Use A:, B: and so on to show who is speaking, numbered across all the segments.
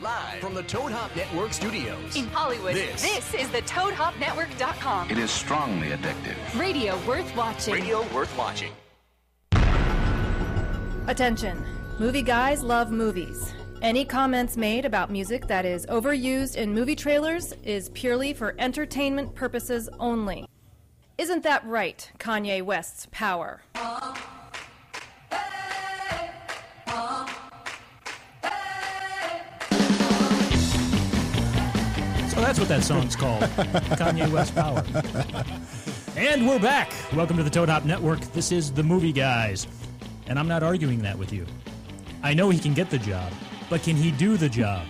A: the Toad Hop Network studios.
B: In Hollywood,
A: This.
B: is the ToadHopNetwork.com.
C: It is strongly addictive.
B: Radio worth watching.
A: Radio worth watching.
D: Attention. Movie guys love movies. Any comments made about music that is overused in movie trailers is purely for entertainment purposes only. Isn't that right, Kanye West's power?
E: So that's what that song's called Kanye West Power. And we're back. Welcome to the Toad Hop Network. This is The Movie Guys. And I'm not arguing that with you. I know he can get the job, but can he do the job?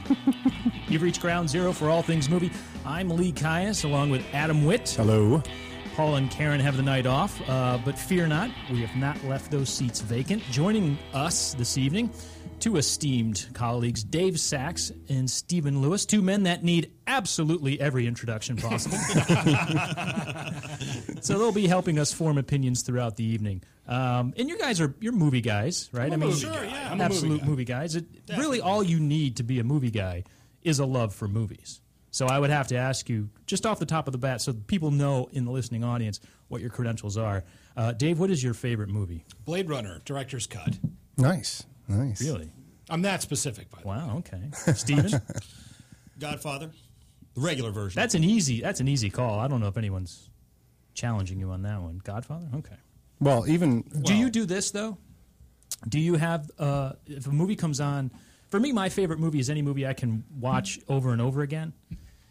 E: You've reached ground zero for all things movie. I'm Lee Caius, along with Adam Witt.
F: Hello.
E: Paul and Karen have the night off, uh, but fear not, we have not left those seats vacant. Joining us this evening, two esteemed colleagues, Dave Sachs and Stephen Lewis, two men that need absolutely every introduction possible. so they'll be helping us form opinions throughout the evening. Um, and you guys are you're movie guys, right? I mean,
F: movie Sure, guy. yeah. I'm a
E: absolute
F: movie guy.
E: guys. It, really, all you need to be a movie guy is a love for movies. So I would have to ask you, just off the top of the bat, so people know in the listening audience what your credentials are. Uh, Dave, what is your favorite movie?
F: Blade Runner, director's cut.
G: Nice, nice.
E: Really?
F: I'm that specific, by the way.
E: Wow. Okay. Steven?
H: Godfather, the regular version.
E: that's an easy. That's an easy call. I don't know if anyone's challenging you on that one. Godfather. Okay.
G: Well, even
E: do you do this though? Do you have uh, if a movie comes on? For me, my favorite movie is any movie I can watch over and over again.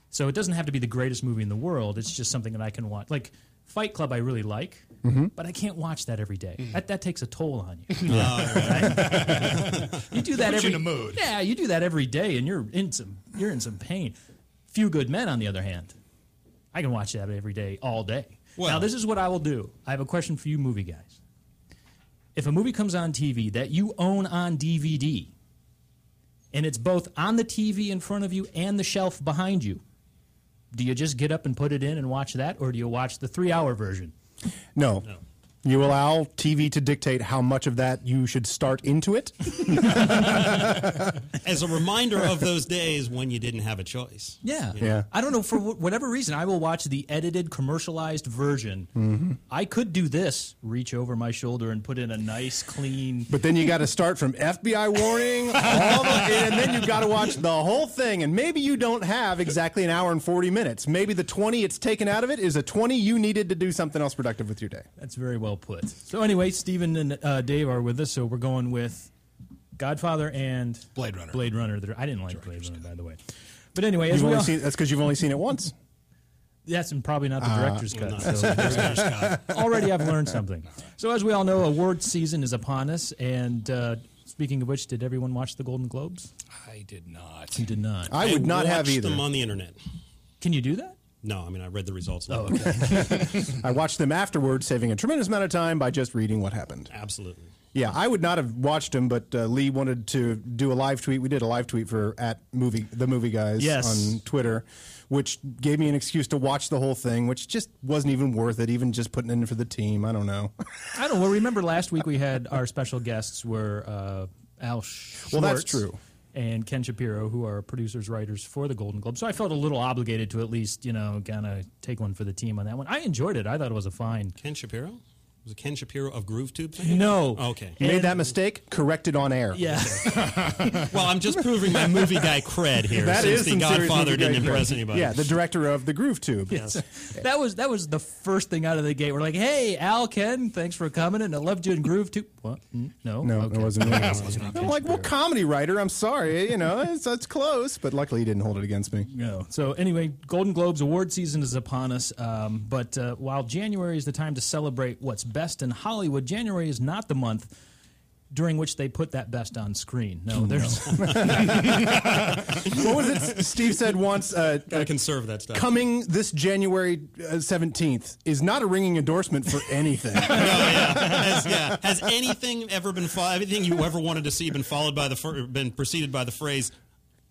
E: So it doesn't have to be the greatest movie in the world. It's just something that I can watch. Like Fight Club, I really like, but I can't watch that every day.
F: Mm.
E: That, that takes a toll on you. Right? you do that
F: Puts you
E: every
F: in a mood.
E: Yeah, you do that every day, and you're in some you're in some pain. Few Good Men, on the other hand, I can watch that every day, all day. now,
H: Well-
E: this is what I will do. I have a question for you, movie guys. If a movie comes on TV that you own on DVD, and it's both on the TV in front of you and the shelf behind you, do you just get up and put it in and watch that, or do you watch the three-hour version?
G: no. You allow TV to dictate how much of that you should start into it.
H: As a reminder of those days when you didn't have a choice.
E: Yeah.
G: Yeah.
E: I don't know. For wh- whatever reason, I will watch the edited, commercialized version. I could do this reach over my shoulder and put in a nice, clean.
G: But then you got to start from FBI warning, all the, and then you got to watch the whole thing. And maybe you don't have exactly an hour and 40 minutes. Maybe the 20 it's taken out of it is a 20 you needed to do something else productive with your day.
E: That's very well put. So, anyway, Stephen and uh, Dave are with us. So, we're going with Godfather and
F: Blade Runner.
E: Blade Runner. I didn't like Blade Runner, by the way. But anyway, as
G: You've
E: we
G: only
E: all,
G: seen, that's because you've only seen it once.
E: that's probably not the director's cut.
H: not
E: so- already I've learned something. So, as we all know, award season is upon us. And uh, speaking of which, did everyone watch the Golden Globes?
F: I did not.
E: You did not.
G: I would not have
H: watched
G: either.
H: them on the internet.
E: Can you do that?
H: No, I mean I read the results.
E: Oh, okay.
G: I watched them afterward, saving a tremendous amount of time by just reading what happened.
H: Absolutely.
G: Yeah, I would not have watched him, but uh, Lee wanted to do a live tweet. We did a live tweet for at movie the movie guys
E: Yes.
G: on Twitter, which gave me an excuse to watch the whole thing, which just wasn't even worth it. Even just putting it in for the team, I don't know.
E: I don't. Well, remember last week we had our special guests were uh, Al Schwartz.
G: Well, that's true.
E: And Ken Shapiro, who are producers, writers for the Golden Globe. So I felt a little obligated to at least, you know, kind of take one for the team on that one. I enjoyed it. I thought it was a fine.
H: Ken Shapiro was it Ken Shapiro of GrooveTube? fame?
E: No.
H: Oh, Okay.
G: Made that mistake, corrected on air.
E: Yeah.
H: Well, I'm just proving my movie guy cred here.
G: That
H: since
G: is
H: the
G: some serious
H: Godfather
G: movie
H: didn't
G: guy
H: impress
G: cred.
H: anybody.
G: Yeah, the director of the Groove Tube.
E: that was that was the first thing out of the gate. We're like, hey, Al, Ken, thanks for coming, and I loved you in Groove too. What? Mm, No.
G: No,
E: Okay.
G: it wasn't. Really I'm
E: Ken
G: like, well,
E: Shapiro.
G: comedy writer. I'm sorry, you know, it's, it's close, but luckily he didn't hold it against me.
E: No. So anyway, Golden Globes award season is upon us. Um, but uh, while January is the time to celebrate what's best in Hollywood, January is not the month during which they put that best on screen. No, there's
G: what was it? Steve said once. Uh,
H: Gotta conserve that stuff.
G: coming this January uh, seventeenth is not a ringing endorsement for anything.
H: has, Oh, yeah. Has anything ever been fo- everything you ever wanted to see been followed by the fir- been preceded by the phrase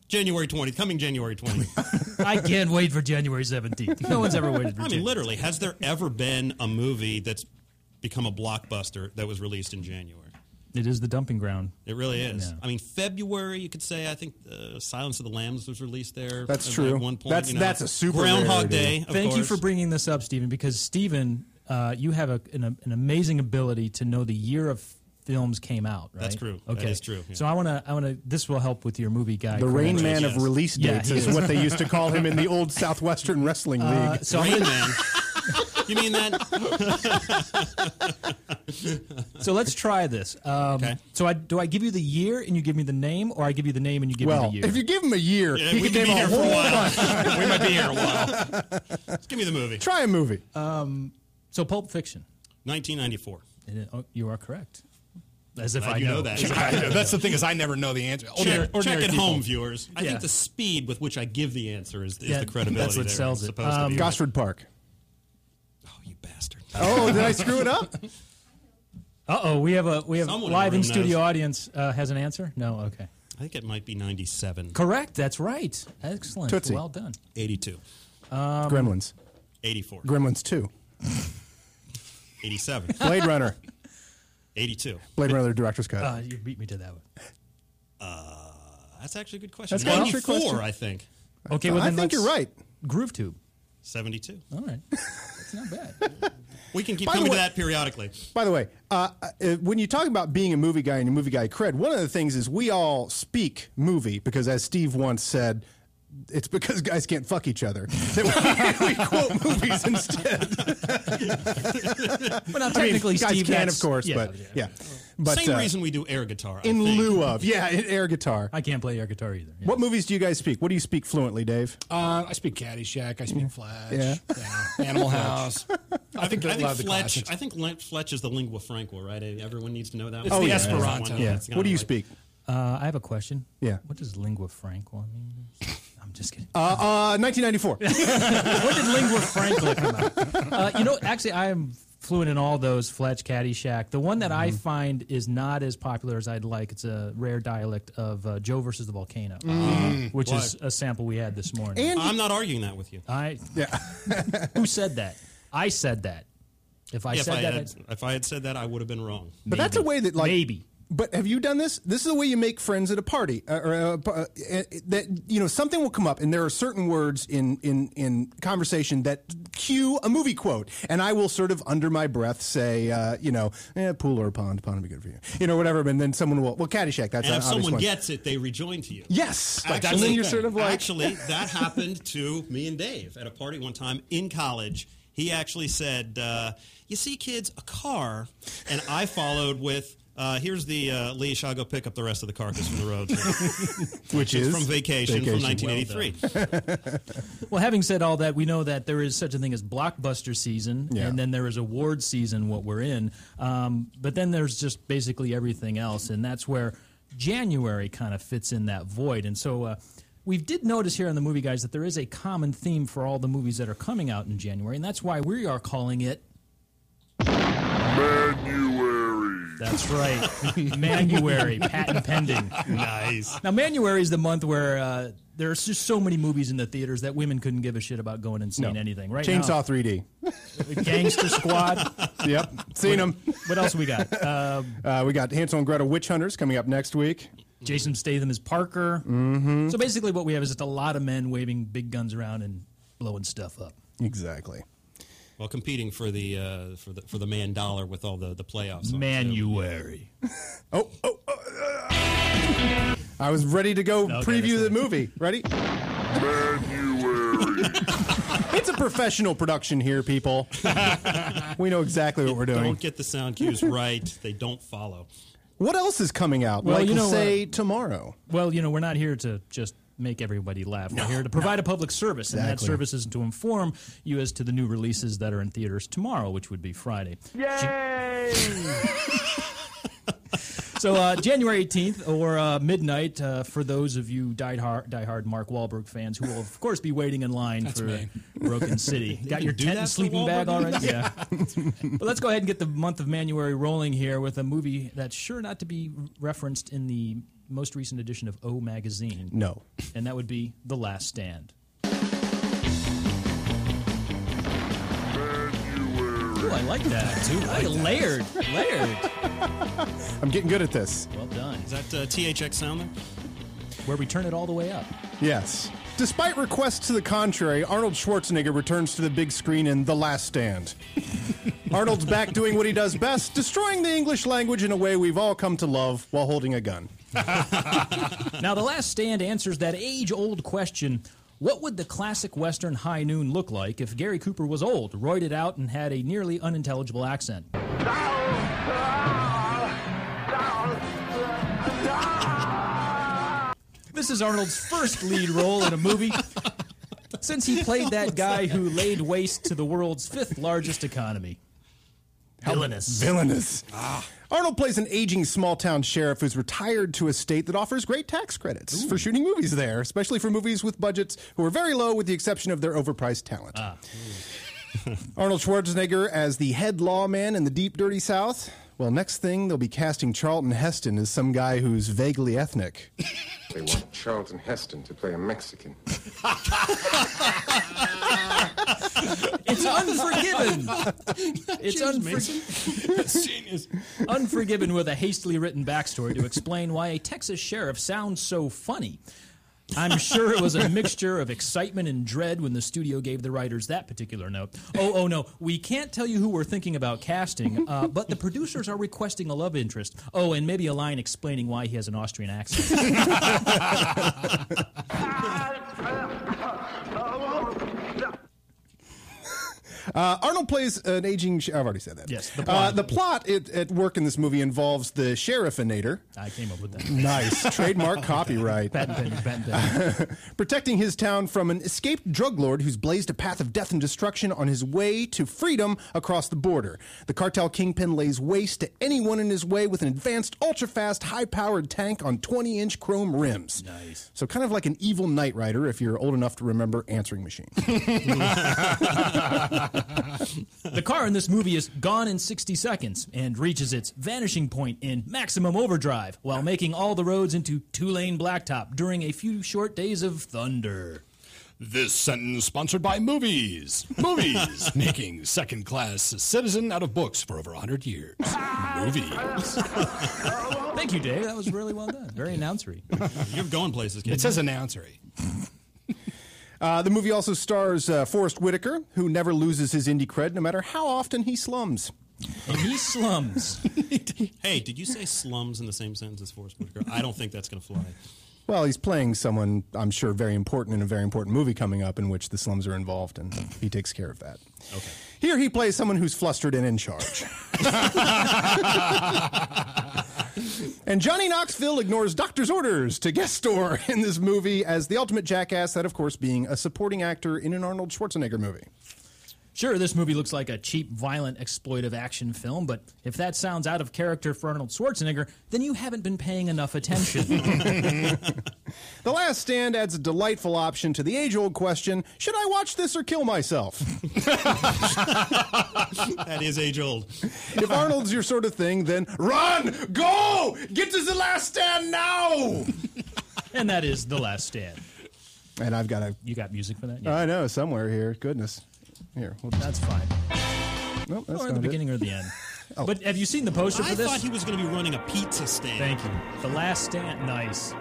H: January 20th, coming January 20th.
E: I can't wait for January 17th. No one's ever waited for
H: I mean,
E: January.
H: literally, has there ever been a movie that's become a blockbuster that was released in January?
E: It is the dumping ground.
H: It really is.
E: Yeah.
H: I mean, February, you could say. I think uh, Silence of the Lambs was released there.
G: That's
H: at-
G: true.
H: At one point,
G: That's-
H: you know.
G: that's a super
H: Groundhog
G: rarity.
H: Day. Of
E: Thank you
H: course.
E: for bringing this up, Stephen, because Stephen, uh, you have a, an, an amazing ability to know the year of films came out. Right?
H: That's true. That
E: Okay,
H: is true, yeah.
E: So I want to. I want to. This will help with your movie guy.
G: The Rain
E: credentials.
G: Man of
H: yes.
G: release
E: Yeah,
G: dates
E: he
G: is what they used to call him in the old Southwestern Wrestling League.
E: Uh, so I'm
H: Rain
E: gonna-
H: Man. you mean that?
E: so let's try this. Um,
H: Okay.
E: So I do I give you the year and you give me the name, or I give you the name and you give
G: well,
E: me the year.
G: if you give him a year,
H: Yeah,
G: he
H: we
G: could
H: could
G: name
H: be
G: a
H: here for a
G: whole
H: while.
G: bunch.
H: we might be here a while. Just give me the movie.
G: Try a movie.
E: so Pulp Fiction.
H: 1994.
E: And it- oh, you are correct. As if
H: Glad
E: I
H: you know that.
E: As if I-
F: I know. That's the thing is I never know the answer. Ordinary-
H: Check,
F: ordinary
H: check at
F: people.
H: home, viewers. I
E: Yeah.
H: think the speed with which I give the answer is, is
E: Yeah,
H: the credibility.
E: that's what
H: there.
E: sells it.
H: Supposed
E: Um,
H: to be.
G: Gosford Park.
H: Oh, you bastard.
G: Oh, did I screw it up?
E: Uh oh, we have a we have
H: Someone in
E: live
H: the
E: in
H: room
E: studio
H: knows.
E: audience uh, has an answer. No, okay,
H: I think it might be 97.
E: correct. That's right. Excellent.
G: Tootsie.
E: Well done.
H: 82.
G: Gremlins.
H: 84.
G: Gremlins 2.
H: 87.
G: Blade Runner.
H: 82.
G: Blade Runner, the director's cut.
E: Uh, you beat me to that one.
H: That's actually a good question.
G: That's good.
H: 94,
G: Question.
H: I think.
E: Okay, well
G: Uh, I
E: then
G: think
E: let's-
G: you're right.
E: Groove Tube.
H: 72.
E: All right, that's not bad.
H: We can keep
G: By the
H: coming
G: way-
H: to that periodically.
G: By the way, uh, uh, when you talk about being a movie guy and a movie guy cred, one of the things is we all speak movie because, as Steve once said, it's because guys can't fuck each other that we, we quote movies instead.
E: But now,
G: I mean,
E: technically,
G: guys
E: Steve
G: can,
E: that's-
G: of course, but yeah, but
H: Same
G: uh,
H: reason we do air guitar. I
G: in
H: think.
G: lieu of yeah, in air guitar.
E: I can't play air guitar either. Yeah.
G: What movies do you guys speak? What do you speak fluently, Dave?
F: Uh, I speak Caddyshack. I speak Fletch.
G: Yeah.
F: Yeah. Animal House. I think,
H: I
F: a lot
H: think
F: of the
H: Fletch.
F: classics.
H: I think Le- Fletch is the lingua franca, right? Eh, Everyone needs to know that.
F: It's
H: one.
F: the
H: Yeah.
F: Esperanto.
H: One.
F: Yeah.
H: It's kinda
G: what do you
H: like-
G: speak?
E: Uh, I have a question.
G: Yeah.
E: What does lingua franca mean? I'm just kidding.
G: Uh, 1994.
E: when did lingua franca come out? Uh, you know, actually, I am fluent in all those. Fletch, Caddyshack. The one that I find is not as popular as I'd like. It's a rare dialect of uh, Joe versus the volcano, which is a sample we had this morning.
G: And-
H: I'm not arguing that with you.
E: I who said that? I said that. If I
H: Yeah, if,
E: said
H: I
E: that,
H: had,
E: I'd-
H: if I had said that, I would have been wrong.
G: But that's a way that like
E: Maybe.
G: But have you done this? This is the way you make friends at a party, uh, or uh, p- uh, uh, that you know something will come up, and there are certain words in in in conversation that cue a movie quote, and I will sort of under my breath say, uh, you know, eh, pool or pond, pond would be good for you, you know, whatever. And then someone will, well, Caddyshack, that's
H: And
G: an
H: if
G: obvious
H: someone
G: one.
H: gets it, they rejoin to you.
G: yes, like,
H: Actually-
G: and then you're sort of like,
H: actually, that happened to me and Dave at a party one time in college. He actually said, uh, "You see, kids, a car," and I followed with. Uh, here's the uh, leash. I'll go pick up the rest of the carcass from the road.
G: which
H: It's
G: is
H: from vacation, from 1983.
E: Well, having said all that, we know that there is such a thing as blockbuster season,
G: Yeah.
E: and then there is award season, what we're in. Um, but then there's just basically everything else, and that's where January kind of fits in that void. And so uh, we did notice here on the movie guys that there is a common theme for all the movies that are coming out in January, and that's why we are calling it. Manuary. That's right. Manuary, patent pending.
H: nice.
E: Now, Manuary is the month where uh, there's just so many movies in the theaters that women couldn't give a shit about going and seeing anything. Right
G: Chainsaw 3D.
E: now, Gangster Squad.
G: yep, seen them.
E: What else we got? Uh,
G: Uh, we got Hansel and Gretel Witch Hunters coming up next week.
E: Jason Statham is Parker.
G: Mm-hmm.
E: So basically, what we have is just a lot of men waving big guns around and blowing stuff up.
G: Exactly.
H: Well, competing for the uh, for the for the man dollar with all the the playoffs. on, too.
E: Manuary.
G: Oh, oh, oh, uh, I was ready to go
E: that's
G: preview the
E: not-
G: movie. Ready? it's a professional production here, people. we know exactly what we're doing.
H: Don't get the sound cues right; they don't follow.
G: What else is coming out?
E: Well,
G: like,
E: you know
G: say, tomorrow.
E: Well, you know, we're not here to just make everybody laugh. we're here to provide a public service, and that
G: Exactly.
E: service is to inform you as to the new releases that are in theaters tomorrow, which would be Friday. So uh, January 18th or uh, midnight uh, for those of you diehard, diehard Mark Wahlberg fans who will of course be waiting in line for
F: me.
E: Broken City. Got your
H: do
E: tent
H: that
E: and
H: for
E: sleeping bag
H: Wahlberg?
E: already? Yeah. but let's go ahead and get the month of January rolling here with a movie that's sure not to be referenced in the most recent edition of O Magazine.
G: No.
E: And that would be The Last Stand. Ooh,
C: I like that. Too layered, layered.
G: I'm getting good at this.
C: Well done.
H: Is that uh, THX sound there?
E: where we turn it all the way up.
G: Yes. Despite requests to the contrary, Arnold Schwarzenegger returns to the big screen in The Last Stand. Arnold's back doing what he does best, destroying the English language in a way we've all come to love while holding a gun.
E: Now, The Last Stand answers that age old question what would the classic Western high noon look like if Gary Cooper was old, roided out, and had a nearly unintelligible accent? This is Arnold's first lead role in a movie since he played that guy who laid waste to the world's fifth largest economy. Villainous.
G: Villainous.
E: Ah.
G: Arnold plays an aging small town sheriff who's retired to a state that offers great tax credits for shooting movies there, especially for movies with budgets who are very low, with the exception of their overpriced talent.
E: Ah.
G: Arnold Schwarzenegger as the head lawman in the deep, dirty South. Well, next thing they'll be casting Charlton Heston as some guy who's vaguely ethnic.
I: They want Charlton Heston to play a Mexican.
E: It's unforgiven. It's unforgiven.
F: Genius.
E: Unforgiven with a hastily written backstory to explain why a Texas sheriff sounds so funny. I'm sure it was a mixture of excitement and dread when the studio gave the writers that particular note. Oh, oh no, we can't tell you who we're thinking about casting, uh, but the producers are requesting a love interest. Oh, and maybe a line explaining why he has an Austrian accent.
G: Uh, Arnold plays an aging. Sh- I've already said that.
E: Yes, the
G: Uh,
E: plot.
G: the plot at, at work in this movie involves the sheriff sheriffinator.
E: I came up with that.
G: Nice trademark copyright.
E: Patent pending, patent pending.
G: protecting his town from an escaped drug lord who's blazed a path of death and destruction on his way to freedom across the border. The cartel kingpin lays waste to anyone in his way with an advanced, ultra fast, high powered tank on 20 inch chrome rims. Nice. So, kind of like an evil Knight Rider if you're old enough to remember Answering Machine.
E: The car in this movie is gone in 60 seconds and reaches its vanishing point in maximum overdrive while making all the roads into two lane blacktop during a few short days of thunder.
F: This sentence sponsored by movies. Movies making second class citizen out of books for over 100 years. movies.
E: Thank you, Dave. That was really well done. Very announcery.
H: You're going places, kid.
F: It says announcery.
G: Uh, the movie also stars uh, Forrest Whitaker, who never loses his indie cred no matter how often he slums.
E: And he slums.
H: hey, did you say slums in the same sentence as Forrest Whitaker? I don't think that's going to fly.
G: Well, he's playing someone I'm sure very important in a very important movie coming up in which the slums are involved, and he takes care of that. Okay. Here he plays someone who's flustered and in charge. and Johnny Knoxville ignores doctor's orders to guest star in this movie as the ultimate jackass, that of course being a supporting actor in an Arnold Schwarzenegger movie.
E: Sure, this movie looks like a cheap, violent, exploitive action film, but if that sounds out of character for Arnold Schwarzenegger, then you haven't been paying enough attention.
G: The Last Stand adds a delightful option to the age old question should I watch this or kill myself?
H: That is age old.
G: if Arnold's your sort of thing, then run, go, get to the last stand now.
E: and that is The Last Stand.
G: and I've got a,
E: You got music for that? Yeah.
G: I know somewhere here. Goodness, here. Well,
E: That's fine.
G: no, that's
H: Oh,
G: not
E: Or the
G: it. Oh.
E: beginning or the end. But have you seen the poster
H: I
E: for this?
H: thought he was going to be running a pizza stand.
E: Thank you. The Last Stand. Nice.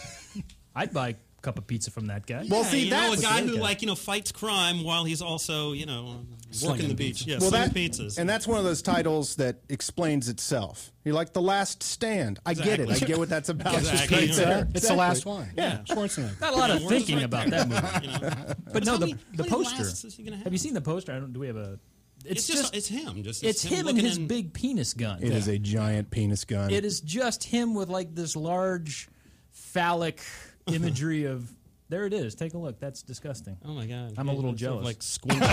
E: I'd buy a cup of pizza from that guy.
G: Well,
H: Yeah,
G: see,
H: you know, a
G: that's
H: guy
E: the
H: who
E: guy.
H: like you know fights crime while he's also you know working
F: Slinging
H: the beach. Yeah,
G: well,
H: slinging
G: that,
H: pizzas.
G: and that's one of those titles that explains itself. You're like the last stand. I get it. I
H: Exactly.
G: get what that's about.
H: Exactly.
G: It's
H: Pizza.
G: there.
F: It's the last one. Yeah. Schwarzenegger.
E: Not a lot of
H: Word is
E: thinking
H: right
E: about that movie.
H: you know?
E: But no,
H: How
E: the,
H: many-
E: the
H: how many
E: poster.
H: lasts is he gonna have?
E: you seen the poster? I don't. Do we have a? It's,
H: It's just- it's him, just-
E: it's
H: it's him
E: him, and
H: looking
E: his
H: in-
E: big penis gun.
G: It is a giant penis gun.
E: It is just him with like this large, phallic imagery of. There it is. Take a look. That's disgusting.
H: Oh my god!
E: I'm a little
H: It's sort of
E: jealous.
H: Like squinting.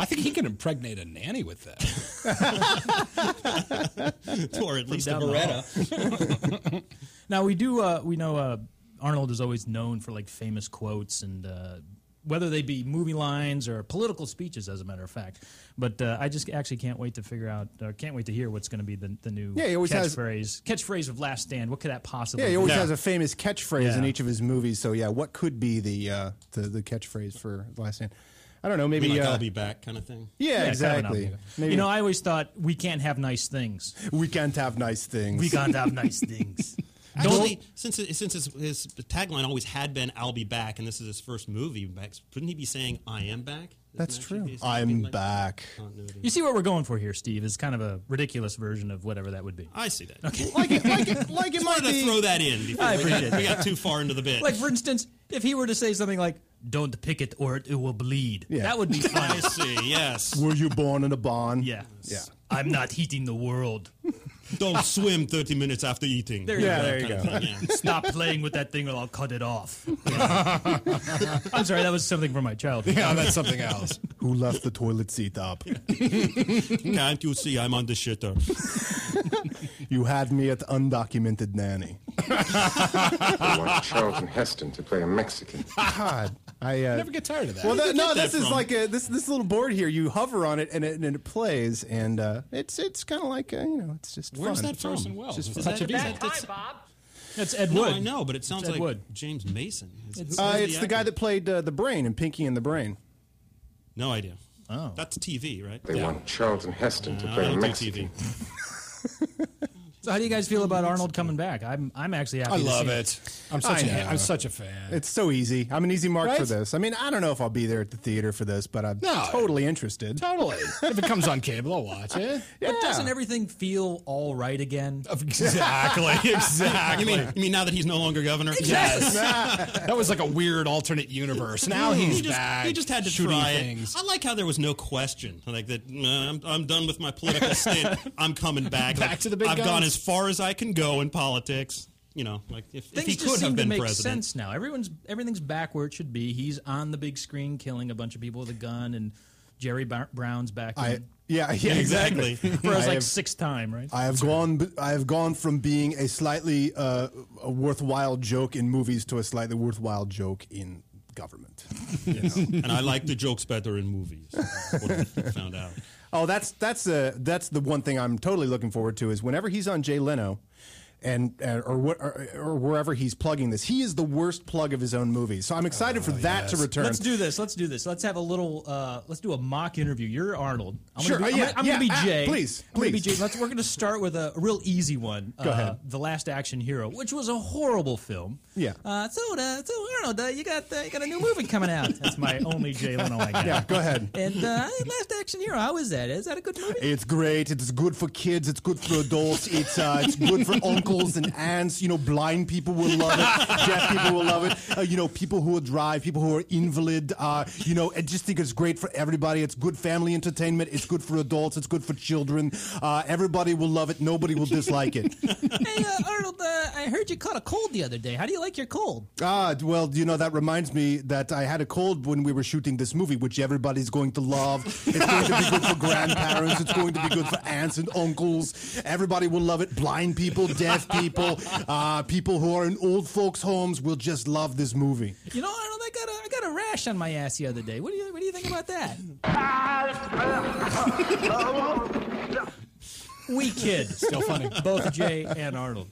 F: I think he can impregnate a nanny with that.
H: or at least a
E: down the hall.
H: Beretta.
E: Now we do. Uh, we know uh, Arnold is always known for like famous quotes and uh, whether they be movie lines or political speeches, as a matter of fact. But uh, I just actually can't wait to figure out, or can't wait to hear what's going to be the, the new
G: Yeah, he always has-
E: catchphrase catchphrase of Last Stand. What could that possibly?
G: Yeah, he always
E: be?
G: has a famous catchphrase in
E: Yeah.
G: each of his movies. So yeah, what could be the uh, the, the catchphrase for the last name? I don't know.
H: I mean,
G: Maybe
H: like,
G: uh,
H: I'll be back kind of thing.
G: yeah,
E: Yeah, kind of an
G: exactly.
E: outlier.
G: Maybe
E: You know, I always thought we can't have nice things.
G: we can't have nice things.
E: We can't have nice things.
H: Actually, since it, since his, his tagline always had been "I'll be back," and this is his first movie back, couldn't he be saying "I am back"? Isn't
G: That's
H: that
G: true.
H: should be something
G: I'm
H: like
G: back.
H: continuity?
E: You see what we're going for here, Steve? Is kind of a ridiculous version of whatever that would be.
H: I see that. Okay.
G: like it, like it, like it might
H: wanted to
G: be.
H: throw that in. Before
E: I
H: we,
E: appreciate
H: got, we got too far into the bit.
E: Like, for instance, if he were to say something like, don't pick it or it will bleed,
G: Yeah.
E: that would be
H: I
E: fine.
H: see. Yes.
G: Were you born in a barn?
E: yeah.
G: Yeah.
E: I'm not heating the world.
H: Don't swim 30 minutes after eating.
E: There you
G: Yeah, there you
H: Kind
G: go.
H: of thing, yeah.
E: Stop playing with that thing or I'll cut it off. I'm sorry, that was something from my childhood.
F: Yeah, that's something else.
G: Who left the toilet seat up?
H: Can't you see I'm on the shitter?
G: You had me at undocumented nanny.
I: I want Charlton Heston to play a Mexican.
G: God, I uh,
F: Never get tired of that.
G: Well, that, no,
H: get that
G: this is
H: from?
G: like a, this this little board here. You hover on it and it, and it plays, and uh, it's it's kind of like uh, you know, it's just
H: Where's
G: fun.
H: that from?
F: Orson Welles.
G: Just
F: Is
G: fun.
F: that- is that-
H: That's-
E: That's Ed
H: no,
E: Wood.
H: I know, but it sounds
E: Ed
H: like
E: Wood.
H: James Mason. Is- who
G: Uh,
H: is
G: it's the guy
H: actor?
G: that played uh, the brain in Pinky and the Brain.
H: No idea. Oh. That's TV, right?
I: They want Charlton Heston to
H: No,
I: play
H: Ah, I
I: a
H: don't do
I: Mexican.
H: TV.
E: So, how do you guys feel about Arnold coming back? I'm, I'm actually happy.
F: I
E: to
F: love
E: see
F: it. I'm such
G: I know.
F: a, I'm such a fan.
G: It's so easy. I'm an easy mark for
F: Right?
G: this. I mean, I don't know if I'll be there at the theater for this, but I'm
F: No.
G: totally interested.
F: totally. if it comes on cable, I'll watch it.
G: Yeah.
E: But doesn't everything feel all right again?
F: Exactly. Exactly.
H: You mean, you mean now that he's no longer governor?
F: Yes. that was like a weird alternate universe. Now he's
H: he just,
F: back.
H: he just had to
F: shooting
H: try
F: things.
H: it. I like how there was no question. Like that, "Nah, I'm, I'm done with my political stint. I'm coming back.
F: Back
H: Like,
F: to the big
H: I've
F: guns.
H: gone as far as I can go in politics. You know, like if, if
E: Things
H: he
E: just
H: could
E: seem
H: have been
E: to make
H: president.
E: sense now. Everyone's everything's back where it should be. He's on the big screen killing a bunch of people with a gun, and Jerry Bar- Brown's back.
G: I,
E: in.
G: yeah, yeah, Mm. exactly.
E: For us,
G: I
E: like
G: have-
E: sixth time, right?
G: I have gone. I have gone from being a slightly uh, a worthwhile joke in movies to a slightly worthwhile joke in government.
H: and I like the jokes better in movies. That's what I found out.
G: Oh, that's that's the that's the one thing I'm totally looking forward to is whenever he's on Jay Leno, and uh, or, what- or or wherever he's plugging this, he is the worst plug of his own movies. So I'm excited for that to return.
E: Let's do this. Let's do this. Let's have a little. Uh, let's do a mock interview. You're Arnold. I'm
G: Sure.
E: Gonna
G: Uh,
E: be,
G: yeah,
E: I'm,
G: yeah.
E: gonna be
G: Ah,
E: Jay.
G: please,
E: I'm gonna be
G: please.
E: Jay. Let's. We're gonna start with a, a real easy one. Go
G: ahead.
E: The Last Action Hero, which was a horrible film.
G: Yeah.
E: Uh, so, uh, so Arnold, uh, you got uh, you got a new movie coming out. That's my only Jay Leno I got.
G: yeah, go ahead.
E: And uh, Last Action Hero, how is that? Is that a good movie?
G: It's great. It's good for kids. It's good for adults. It's uh, it's good for uncles and aunts. You know, blind people will love it. Deaf people will love it. Uh, you know, people who are drive, people who are invalid. Uh, you know, I just think it's great for everybody. It's good family entertainment. It's good for adults. It's good for children. Uh, everybody will love it. Nobody will dislike it.
E: hey, uh, Arnold, uh, I heard you caught a cold the other day. How do you like your cold?
G: Ah, well, you know that reminds me that I had a cold when we were shooting this movie, which everybody's going to love. It's going to be good for grandparents. It's going to be good for aunts and uncles. Everybody will love it. Blind people, deaf people, uh, people who are in old folks' homes will just love this movie.
E: You know, Arnold, I got a, I got a rash on my ass the other day. What do you What do you think about that? we kid, still funny. Both Jay and Arnold,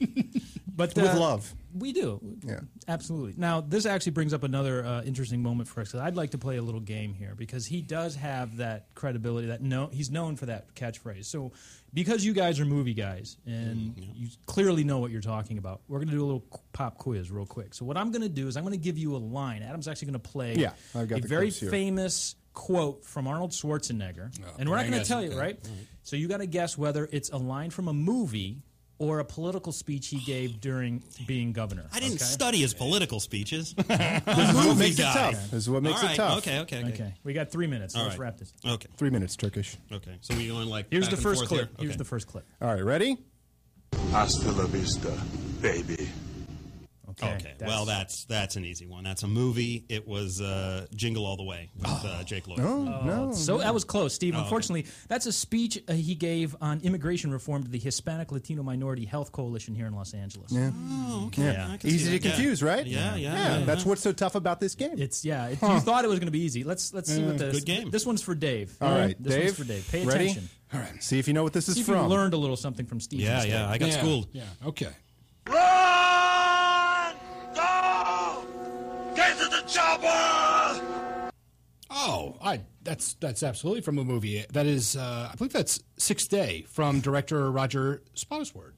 E: but uh,
G: With love.
E: We do.
G: Yeah.
E: Absolutely. Now, this actually brings up another uh, interesting moment for us. 'cause I'd like to play a little game here because he does have that credibility. That no, he's known for that catchphrase. So, because you guys are movie guys
G: Mm,
E: and you clearly know what you're talking about, we're going to do a little qu- pop quiz real quick. So, what I'm going to do is I'm going to give you a line. Adam's actually going to play
G: Yeah, I've got
E: a
G: the
E: very
G: clips here.
E: famous quote from Arnold Schwarzenegger, and we're not going
F: bring
E: to
F: us,
E: tell you,
F: okay.
E: right? So, you got to guess whether it's a line from a movie. Or a political speech he gave during being governor.
H: I didn't
E: okay?
H: study his political speeches. this
G: what makes it tough. This is what makes it tough.
H: Okay, okay, okay.
E: Okay, we got three minutes. so
H: All
E: Let's
H: right.
E: wrap this.
H: Okay.
G: Three minutes, Turkish.
H: Okay. So we going like
E: Here's
H: back
E: the
H: and
E: first
H: forth
E: clip.
H: here?
E: Here's
H: Okay.
E: the first clip.
G: All right, ready?
J: Hasta la vista, baby.
E: Okay. that's-
H: well, that's that's an easy one. That's a movie. It was uh, Jingle All the Way with uh, Jake Lloyd.
E: Oh,
H: Oh,
G: no.
E: So that was close, Steve. Unfortunately, that's a speech uh, he gave on immigration reform to the Hispanic Latino Minority Health Coalition here in Los Angeles. Yeah.
H: okay.
E: Yeah.
H: I can see
G: Easy to
H: that. Yeah.
G: confuse, right?
H: Yeah, yeah, yeah,
G: that's
H: yeah.
G: what's so tough about this game.
E: It's yeah. If You thought it was going to be easy. Let's let's see what the
H: Good game.
E: This one's for Dave.
G: All right,
E: This
G: Dave.
E: one's for Dave. Pay
G: ready?
E: attention.
G: All right. See if you know what this
E: See
G: is
E: if you
G: from.
E: learned a little something from Steve.
H: Yeah,
E: instead.
H: yeah. I got
F: yeah.
H: schooled.
F: Yeah. Okay.
J: Run! Go! Get to the chopper!
F: Oh, I that's that's absolutely from a movie. That is, uh, I believe that's Sixth Day from director Roger Spottiswoode.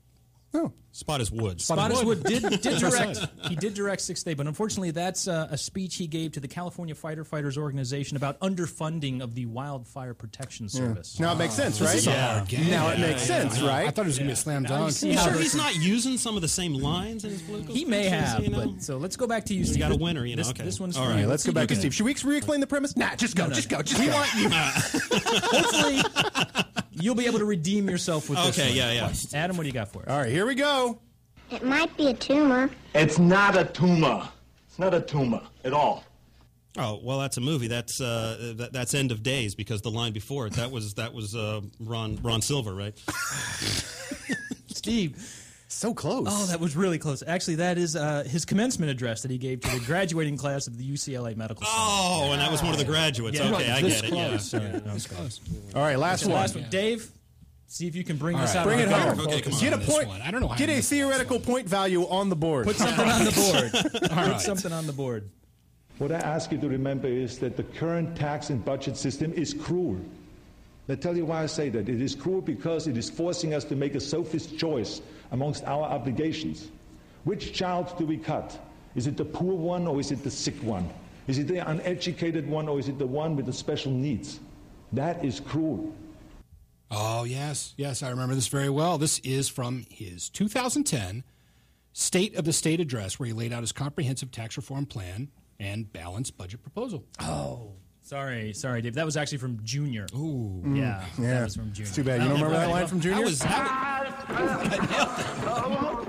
H: Spot is wood.
E: Spottiswoode did, did direct. he did direct Six Day, but unfortunately, that's uh, a speech he gave to the California Firefighters Organization about underfunding of the Wildfire Protection Service.
G: Now it makes
F: Oh.
G: sense, right?
H: Yeah.
G: Now it makes sense, right?
F: I thought it was gonna be a slam dunk.
E: see
H: You
E: how
H: sure
E: this
H: he's
E: is-
H: not using some of the same lines in his political
E: He may
H: speeches,
E: have,
H: you know?
E: but so let's go back to you. Steve.
H: got a winner, you know,
E: This,
H: okay.
E: this one's
H: All
E: for
H: right,
E: you.
G: Let's go
E: see
G: back
E: if you
G: to Steve. Should we re-explain the premise? Nah, just go, just go, just go.
E: can- Hopefully, you'll be able to redeem yourself with this.
H: Okay,
E: one.
H: yeah, yeah.
E: Adam, what do you got for it?
G: All right, here we go.
K: It might be a tumor.
J: It's not a tumor. It's not a tumor at all.
H: Oh well, that's a movie. That's uh, that, that's End of Days because the line before it that was that was uh, Ron Ron Silver, right?
E: Steve.
G: So close.
E: Oh, that was really close. Actually, that is uh, his commencement address that he gave to the graduating class of the UCLA Medical Center.
H: Oh, and that was one of the graduates.
E: Yeah.
H: okay, I
E: This
H: get it. Yeah.
E: close. Yeah, that was close.
G: All right, last
E: So
G: one.
E: last one, Dave. See if you can bring this
F: right.
E: out.
G: Bring
E: on
G: it
E: the
G: home.
E: board.
F: Okay, come on.
G: Get a
F: this
G: point.
F: one. I don't know how I
G: Get a
F: missed this
G: theoretical point value on the board.
E: Put something on the board.
F: All
E: Put
F: right.
E: something on the board.
J: What I ask you to remember is that the current tax and budget system is cruel. I tell you why I say that. It is cruel because it is forcing us to make a sophist choice amongst our obligations. Which child do we cut? Is it the poor one or is it the sick one? Is it the uneducated one or is it the one with the special needs? That is cruel.
F: Oh yes, yes, I remember this very well. This is from his 2010 State of the State address, where he laid out his comprehensive tax reform plan and balanced budget proposal.
E: Sorry, sorry, Dave. That was actually from Junior. Ooh, Mm. yeah, that was from Junior.
G: Too bad. You don't remember that line from Junior?
H: That was that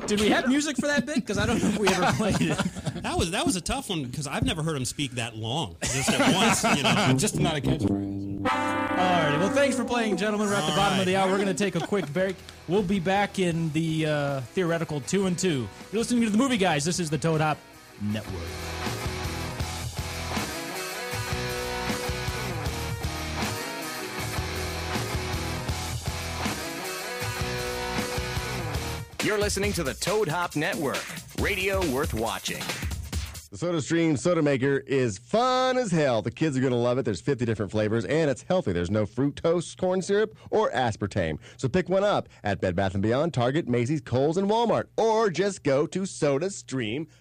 E: Did we have music for that bit? Because I don't know if we ever played it.
H: was, that was that was a tough one because I've never heard him speak that long just at once. You know,
F: Just not a catchphrase.
E: All right. Well, thanks for playing, gentlemen. We're at the
H: All
E: bottom of the
H: right.
E: hour. We're going to take a quick break. We'll be back in the uh, theoretical two and two. You're listening to the Movie Guys. This is the Toad Hop Network.
A: You're listening to the Toad Hop Network, radio worth watching.
L: The SodaStream Soda Maker is fun as hell. The kids are going to love it. There's 50 different flavors, and it's healthy. There's no fructose, corn syrup, or aspartame. So pick one up at Bed Bath & Beyond, Target, Macy's, Kohl's, and Walmart. Or just go to SodaStream.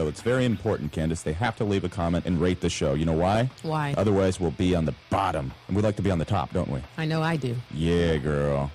M: It's very important, Candace. They have to leave a comment and rate the show. You know why?
N: Why?
M: Otherwise, we'll be on the bottom. And we'd like to be on the top, don't we?
N: I know I do.
M: Yeah, girl.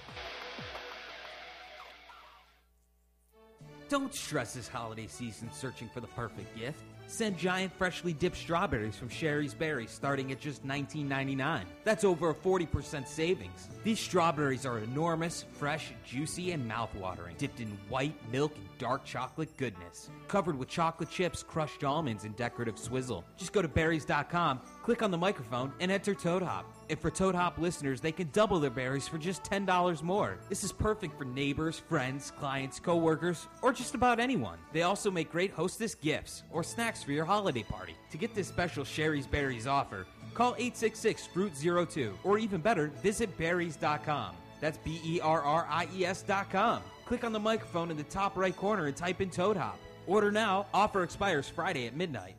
O: Don't stress this holiday season searching for the perfect gift. Send giant freshly dipped strawberries from Sherry's Berries starting at just $19.99. That's over a 40% savings. These strawberries are enormous, fresh, juicy, and mouthwatering, dipped in white milk and dark chocolate goodness. Covered with chocolate chips, crushed almonds, and decorative swizzle. Just go to berries.com, click on the microphone, and enter Toad Hop. And for Toad Hop listeners, they can double their berries for just $10 more. This is perfect for neighbors, friends, clients, coworkers, or just about anyone. They also make great hostess gifts or snacks for your holiday party. To get this special Sherry's Berries offer, call 866 Fruit 02 or even better, visit berries.com. That's B E R R I E S.com. Click on the microphone in the top right corner and type in Toad Hop. Order now. Offer expires Friday at midnight.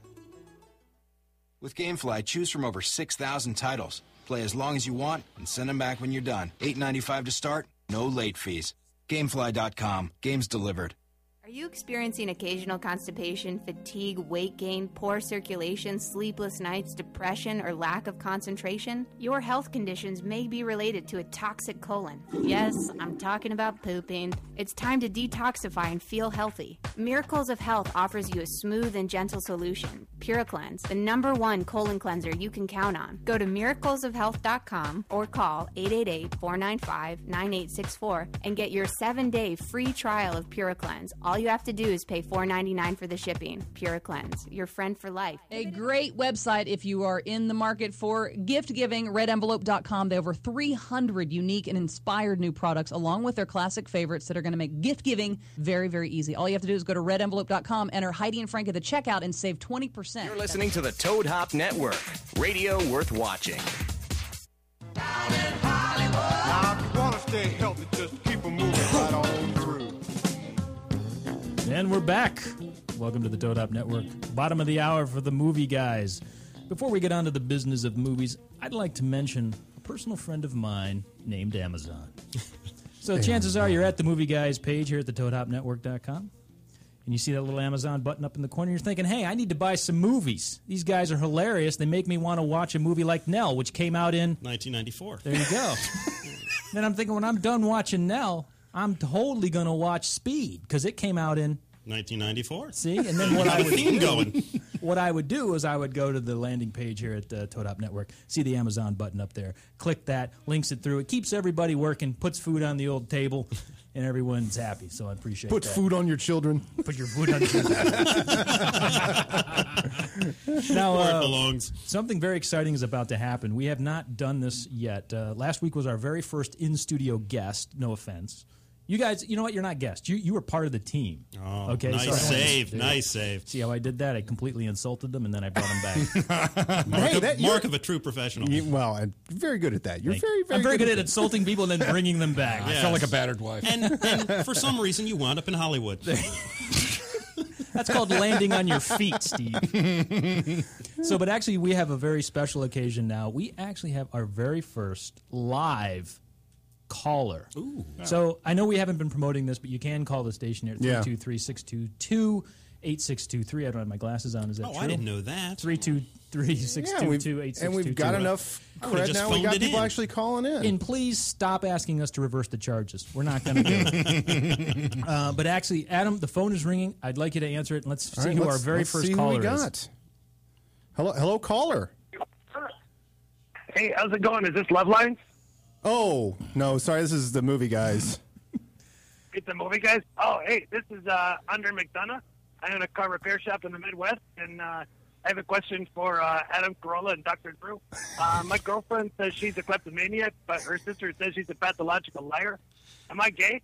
P: With GameFly, choose from over 6,000 titles. Play as long as you want and send them back when you're done. 8.95 to start, no late fees. GameFly.com. Games delivered.
K: Are you experiencing occasional constipation, fatigue, weight gain, poor circulation, sleepless nights, depression, or lack of concentration? Your health conditions may be related to a toxic colon. Yes, I'm talking about pooping. It's time to detoxify and feel healthy. Miracles of Health offers you a smooth and gentle solution. PuraCleanse, the number one colon cleanser you can count on. Go to miraclesofhealth.com or call 888-495-9864 and get your 7-day free trial of PuraCleanse. All you have to do is pay $4.99 for the shipping. PuraCleanse, your friend for life.
Q: A great website if you are in the market for gift giving, redenvelope.com. They have over 300 unique and inspired new products, along with their classic favorites that are going to make gift giving very, very easy. All you have to do is go to redenvelope.com, enter Heidi and Frank at the checkout, and save 20%.
A: You're listening to the Toad Hop Network, radio worth watching.
E: And we're back. Welcome to the Toad Hop Network. Bottom of the hour for the movie guys. Before we get on to the business of movies, I'd like to mention a personal friend of mine named Amazon. so chances are you're at the movie guys page here at the toadhopnetwork.com and you see that little Amazon button up in the corner, you're thinking, hey, I need to buy some movies. These guys are hilarious. They make me want to watch a movie like Nell, which came out in
H: 1994.
E: There you go. then I'm thinking, when I'm done watching Nell, I'm totally going to watch Speed because it came out in
H: 1994.
E: See, and then
H: You
E: what
H: got
E: I
H: a
E: would
H: theme
E: do,
H: going.
E: What I would do is I would go to the landing page here at uh, Toad Hop Network, see the Amazon button up there, click that, links it through. It keeps everybody working, puts food on the old table, and everyone's happy. So I appreciate
G: Put
E: that.
G: food on your children.
E: Put your food on your now,
H: Where it
E: uh,
H: belongs.
E: Something very exciting is about to happen. We have not done this yet. Uh, last week was our very first in studio guest. No offense. You guys, you know what? You're not guests. You you were part of the team. Oh, okay.
H: nice
E: so I-
H: save,
E: Dude.
H: nice save.
E: See how I did that? I completely insulted them, and then I brought them back.
H: Mark, of, mark of a true professional.
G: You- well, I'm very good at that. You're
E: Thank
G: very,
E: you.
G: very.
E: I'm very good
G: at
E: at insulting people and then bringing them back.
G: I felt like a battered wife.
H: And, and for some reason, you wound up in Hollywood.
E: That's called landing on your feet, Steve. so, but actually, we have a very special occasion now. We actually have our very first live caller. Ooh. So, I know we haven't been promoting this, but you can call the station here at
H: Yeah.
E: 323 622 8623. I don't have my glasses on. Is that
H: Oh,
E: true?
H: I didn't know that.
E: 323
G: Yeah, we've- and we've got enough I would've cred just now. We phoned got it people in. actually calling in.
E: And please stop asking us to reverse the charges. We're not going to do it. uh, but actually, Adam, the phone is ringing. I'd like you to answer it. And let's
G: All
E: see
G: right,
E: who our
G: let's-
E: very
G: let's
E: first
G: see who
E: caller
G: we
E: is.
G: got. Hello, hello, caller.
R: Hey, how's it going? Is this Love Lines?
G: Oh no, sorry, this is the movie guys.
R: It's the movie guys. Oh, hey, this is uh, Andre McDonough. I own a car repair shop in the Midwest, and uh, I have a question for uh, Adam Carolla and Dr. Drew. Uh, my girlfriend says she's a kleptomaniac, but her sister says she's a pathological liar. Am I gay?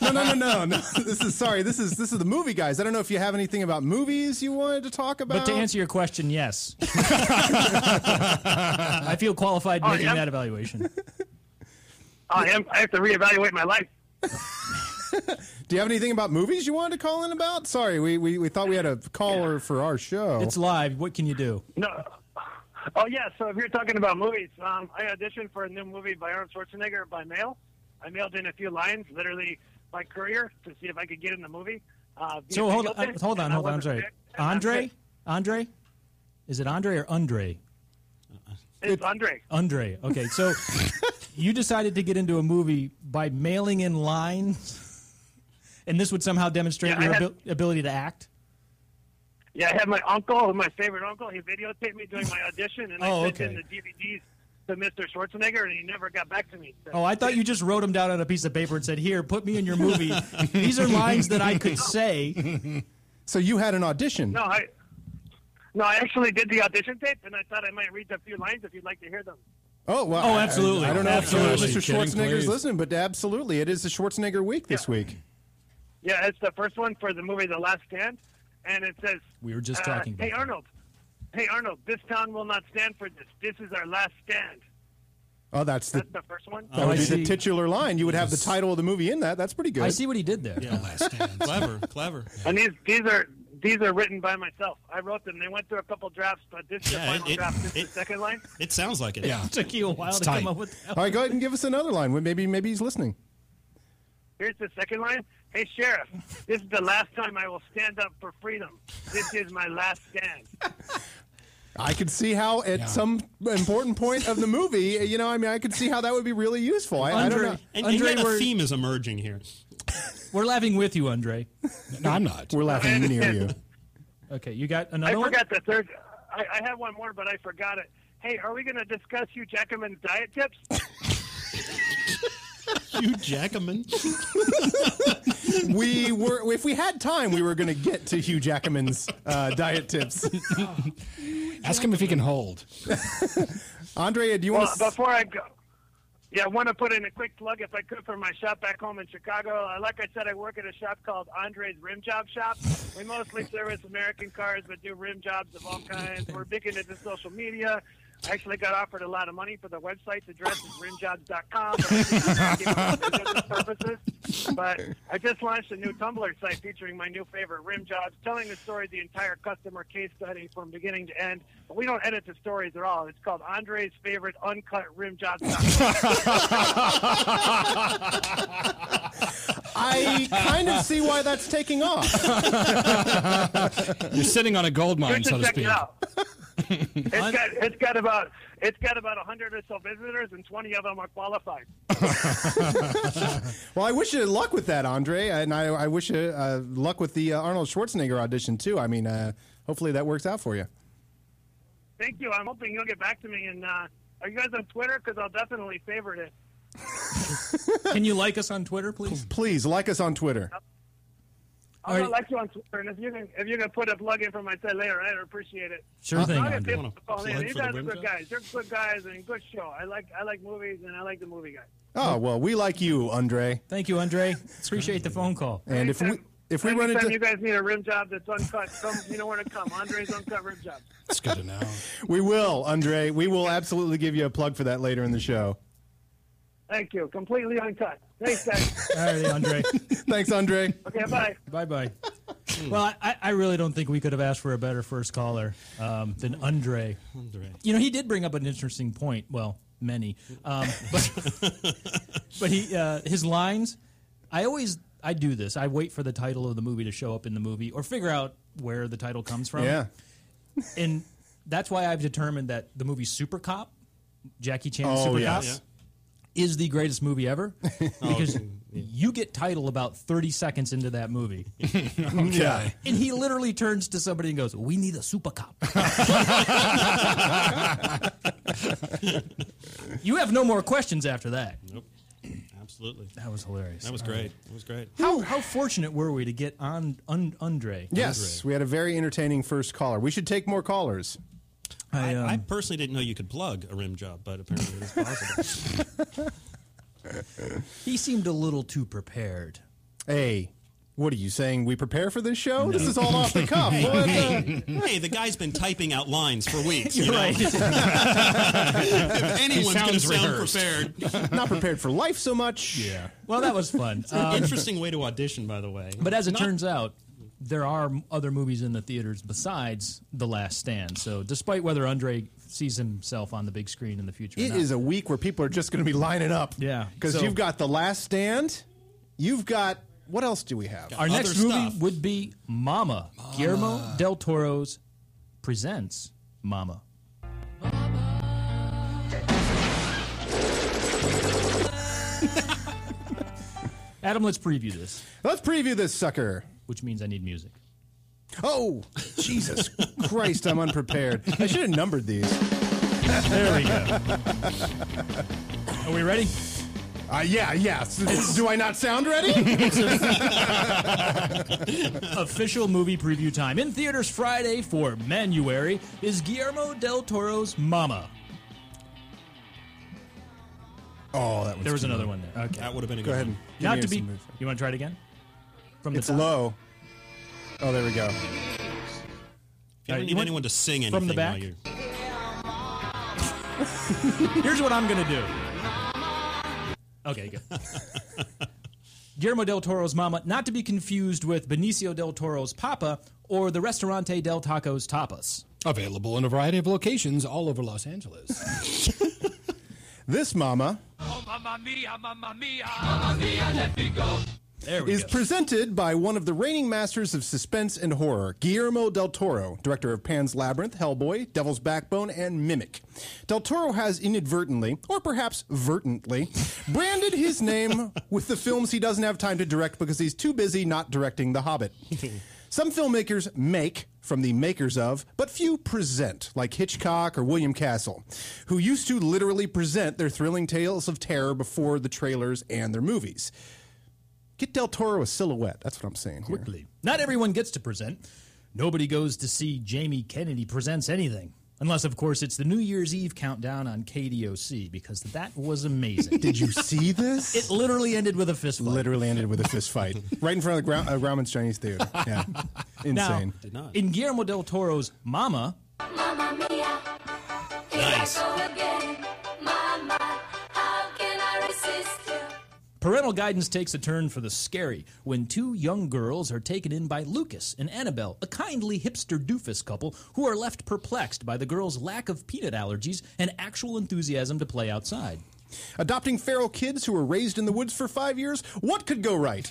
G: no, no, no, no, no. This is sorry. This is this is the movie guys. I don't know if you have anything about movies you wanted to talk about.
E: But to answer your question, yes. I feel qualified
R: Oh,
E: making
R: yeah?
E: that evaluation.
R: Oh, I am. I have to reevaluate my life.
G: do you have anything about movies you wanted to call in about? Sorry, we we, we thought we had a caller for our show.
E: It's live. What can you do?
R: No. Oh yeah. So if you're talking about movies, um, I auditioned for a new movie by Arnold Schwarzenegger by mail. I mailed in a few lines, literally by courier, to see if I could get in the movie. Uh,
E: So
R: being
E: hold on,
R: guilty,
E: hold on,
R: and I
E: hold on. I'm
R: wasn't
E: sorry,
R: picked.
E: Andre, Andre, is it Andre or Andre?
R: It's Andre.
E: Andre. Okay, so you decided to get into a movie by mailing in lines, and this would somehow demonstrate
R: Yeah, I
E: your
R: had-
E: abil- ability to act.
R: Yeah, I had my uncle, my favorite uncle. He videotaped me doing my audition, and
E: Oh,
R: I sent
E: okay.
R: in the DVDs to Mr. Schwarzenegger, and he never got back to me. So-
E: Oh, I thought you just wrote them down on a piece of paper and said, "Here, put me in your movie." These are lines that I could say.
G: So you had an audition.
R: No, I no, I actually did the audition tape, and I thought I might read a few lines if you'd like to hear them.
G: Oh, well,
E: Oh,
G: I-
E: absolutely.
G: I, don't know if uh,
E: Absolutely.
G: Mr.
E: Kidding,
G: Schwarzenegger's
E: please.
G: listening, but absolutely, it is the Schwarzenegger week this week.
R: Yeah, it's the first one for the movie The Last Stand, and it says
E: We were just
R: uh,
E: talking about
R: Hey Arnold, hey Arnold, this town will not stand for this. This is our last stand.
G: Oh, that's the,
R: That's the first one.
G: that
E: Oh,
G: would
E: I
G: be the
E: see.
G: titular line. You would have the title of the movie in that. That's pretty good.
E: I see what he did there. Yeah,
H: clever, clever.
R: And these these are these are written by myself. I wrote them. They went through a couple drafts, but this is
H: Yeah,
R: the final
H: it- it-
R: draft. This is the second line.
H: It sounds like it.
G: Yeah.
E: took you a while
G: It's
E: to
G: tight.
E: come up with.
G: All right, go ahead and give us another line. Maybe maybe he's listening.
R: Here's the second line. Hey sheriff, this is the last time I will stand up for freedom. This is my last stand.
G: I could see how at some important point of the movie, you know, I mean, I could see how that would be really useful. I, I don't know.
H: And, and yet a theme is emerging here.
E: We're laughing with you, Andre.
G: No, I'm not. We're laughing near you.
E: Okay, you got
R: I
E: another one.
R: forgot the third. I, I had one more, but I forgot it. Hey, are we going to discuss Hugh Jackman's diet tips?
H: Hugh Jackman.
G: we were, if we had time, we were going to get to Hugh Jackman's uh, diet tips.
F: Ask him if he can hold.
G: Andrea, do you
R: Well,
G: want? to
R: before I go, yeah, I want to put in a quick plug, if I could, for my shop back home in Chicago. Uh, like I said, I work at a shop called Andre's Rim Job Shop. We mostly service American cars, but do rim jobs of all kinds. We're big into the social media. I actually got offered a lot of money for the website's address is rimjobs.com. but I didn't give it up for business purposes. But I just launched a new Tumblr site featuring my new favorite rim jobs, telling the story, of the entire customer case study from beginning to end. But we don't edit the stories at all. It's called Andre's favorite uncut rim jobs.
G: I kind of see why that's taking off.
F: You're sitting on a gold mine,
R: Just
F: so to
R: check it
F: speak.
R: out. It's got it's got about it's got about hundred or so visitors, and twenty of them are qualified.
G: Well, I wish you luck with that, Andre, and I, I wish you uh, luck with the uh, Arnold Schwarzenegger audition too. I mean, uh, hopefully that works out for you.
R: Thank you. I'm hoping you'll get back to me. And uh, are you guys on Twitter? Because I'll definitely favorite it.
E: Can you like us on Twitter, please?
G: Please like us on Twitter.
R: I'll
E: All right.
R: like you on Twitter, and if you can if you can put a plug in for my site later, I'd appreciate it.
E: Sure thing,
R: I'll get
E: Andre.
R: people to call in.
E: Plug for the
R: You guys are
E: Rim
R: good guys. You're good guys and good show. I like I like movies and I like the movie guys.
G: Oh well, we like you, Andre.
E: Thank you, Andre. Appreciate the phone call.
G: And if we if we run
R: Anytime
G: into
R: you guys need a rim job that's uncut, come you know where to come. Andre's uncut rim job.
G: It's good to know. We will, Andre. We will absolutely give you a plug for that later in the show.
R: Thank you. Completely uncut. Thanks, guys.
E: All right, Andre.
G: Thanks, Andre.
R: okay, bye.
E: Bye bye. well, I, I really don't think we could have asked for a better first caller um, than Andre.
H: Andre.
E: You know, he did bring up an interesting point. Well, many, um, but but he uh, his lines. I always I do this. I wait for the title of the movie to show up in the movie, or figure out where the title comes from.
G: Yeah.
E: and that's why I've determined that the movie Super Cop, Jackie Chan's
G: Oh,
E: Super
G: yes. Oh,
E: Cop, is the greatest movie ever because you get title about 30 seconds into that movie.
G: Okay.
E: And he literally turns to somebody and goes, We need a super cop. you have no more questions after that.
H: Nope. Absolutely.
E: That was hilarious.
H: That was
E: All
H: great.
E: right.
H: That was great.
E: How, how fortunate were we to get on, on Andre?
G: Yes, we had a very entertaining first caller. We should take more callers.
E: um,
H: I, I personally didn't know you could plug a rim job, but apparently it's possible.
E: He seemed a little too prepared.
G: Hey, what are you saying? We prepare for this show? Oh, This is all off the cuff.
H: Hey,
G: What
H: hey,
E: uh,
H: hey, the guy's been typing out lines for weeks. You know?
G: Right.
H: if
G: He
H: anyone's going to
G: sounds
H: sound
G: rehearsed.
H: prepared,
G: the- Not prepared for life so much.
E: Yeah. Well, that was fun.
H: It's an
E: Um,
H: interesting way to audition, by the way.
E: But as it
H: Not-
E: turns out, there are m- other movies in the theaters besides The Last Stand. So, despite whether Andre sees himself on the big screen in the future,
G: It is a week where people are just going to be lining up.
E: Yeah.
G: Because
E: So-
G: you've got The Last Stand. You've got. What else do we have?
E: Our next movie would be Mama. Guillermo del Toro's presents Mama. Adam, let's preview this.
G: Let's preview this sucker.
E: Which means I need music.
G: Oh, Jesus Christ, I'm unprepared. I should have numbered these.
E: There we go. Are we ready?
G: Uh, yeah, yeah. S- do I not sound ready?
E: Official movie preview time in theaters Friday for Manuary is Guillermo del Toro's Mama.
G: Oh, that was
E: there was
G: too
E: another
G: low.
E: one there. Okay, that would have been a
G: Go good ahead one. and give
E: Not
G: me
E: to be.
G: some info.
E: You want to try it again? From the
G: it's
E: top?
G: low. Oh, there we go.
H: You don't
E: Alright,
H: need
E: you want-
H: anyone to sing anything.
E: Uh, from the
H: while
E: back?
H: you're-
E: Here's what I'm gonna do. Okay, good. Guillermo del Toro's Mama, not to be confused with Benicio del Toro's Papa or the Restaurante del Taco's Tapas.
F: Available in a variety of locations all over Los Angeles.
G: This mama
N: Uh,
E: There
G: is presented by one of the reigning masters of suspense and horror, Guillermo del Toro, director of Pan's Labyrinth, Hellboy, Devil's Backbone, and Mimic. Del Toro has inadvertently, or perhaps vertently, branded his name with the films he doesn't have time to direct because he's too busy not directing The Hobbit. Some filmmakers make from the makers of, but few present, like Hitchcock or William Castle, who used to literally present their thrilling tales of terror before the trailers and their movies. Get Del Toro a silhouette. That's what I'm saying. Here.
E: Quickly. Not everyone gets to present. Nobody goes to see Jamie Kennedy presents anything. Unless, of course, it's the New Year's Eve countdown on KDOC, because that was amazing.
G: Did you see this?
E: It literally ended with a fist fight.
G: Literally ended with a fist fight right in front of the Grau- uh, Grauman's Chinese Theater. Yeah, insane.
E: Now, in Guillermo del Toro's Mama,
H: Nice.
E: Parental guidance takes a turn for the scary when two young girls are taken in by Lucas and Annabelle, a kindly hipster doofus couple who are left perplexed by the girls' lack of peanut allergies and actual enthusiasm to play outside.
G: Adopting feral kids who were raised in the woods for five years, what could go right?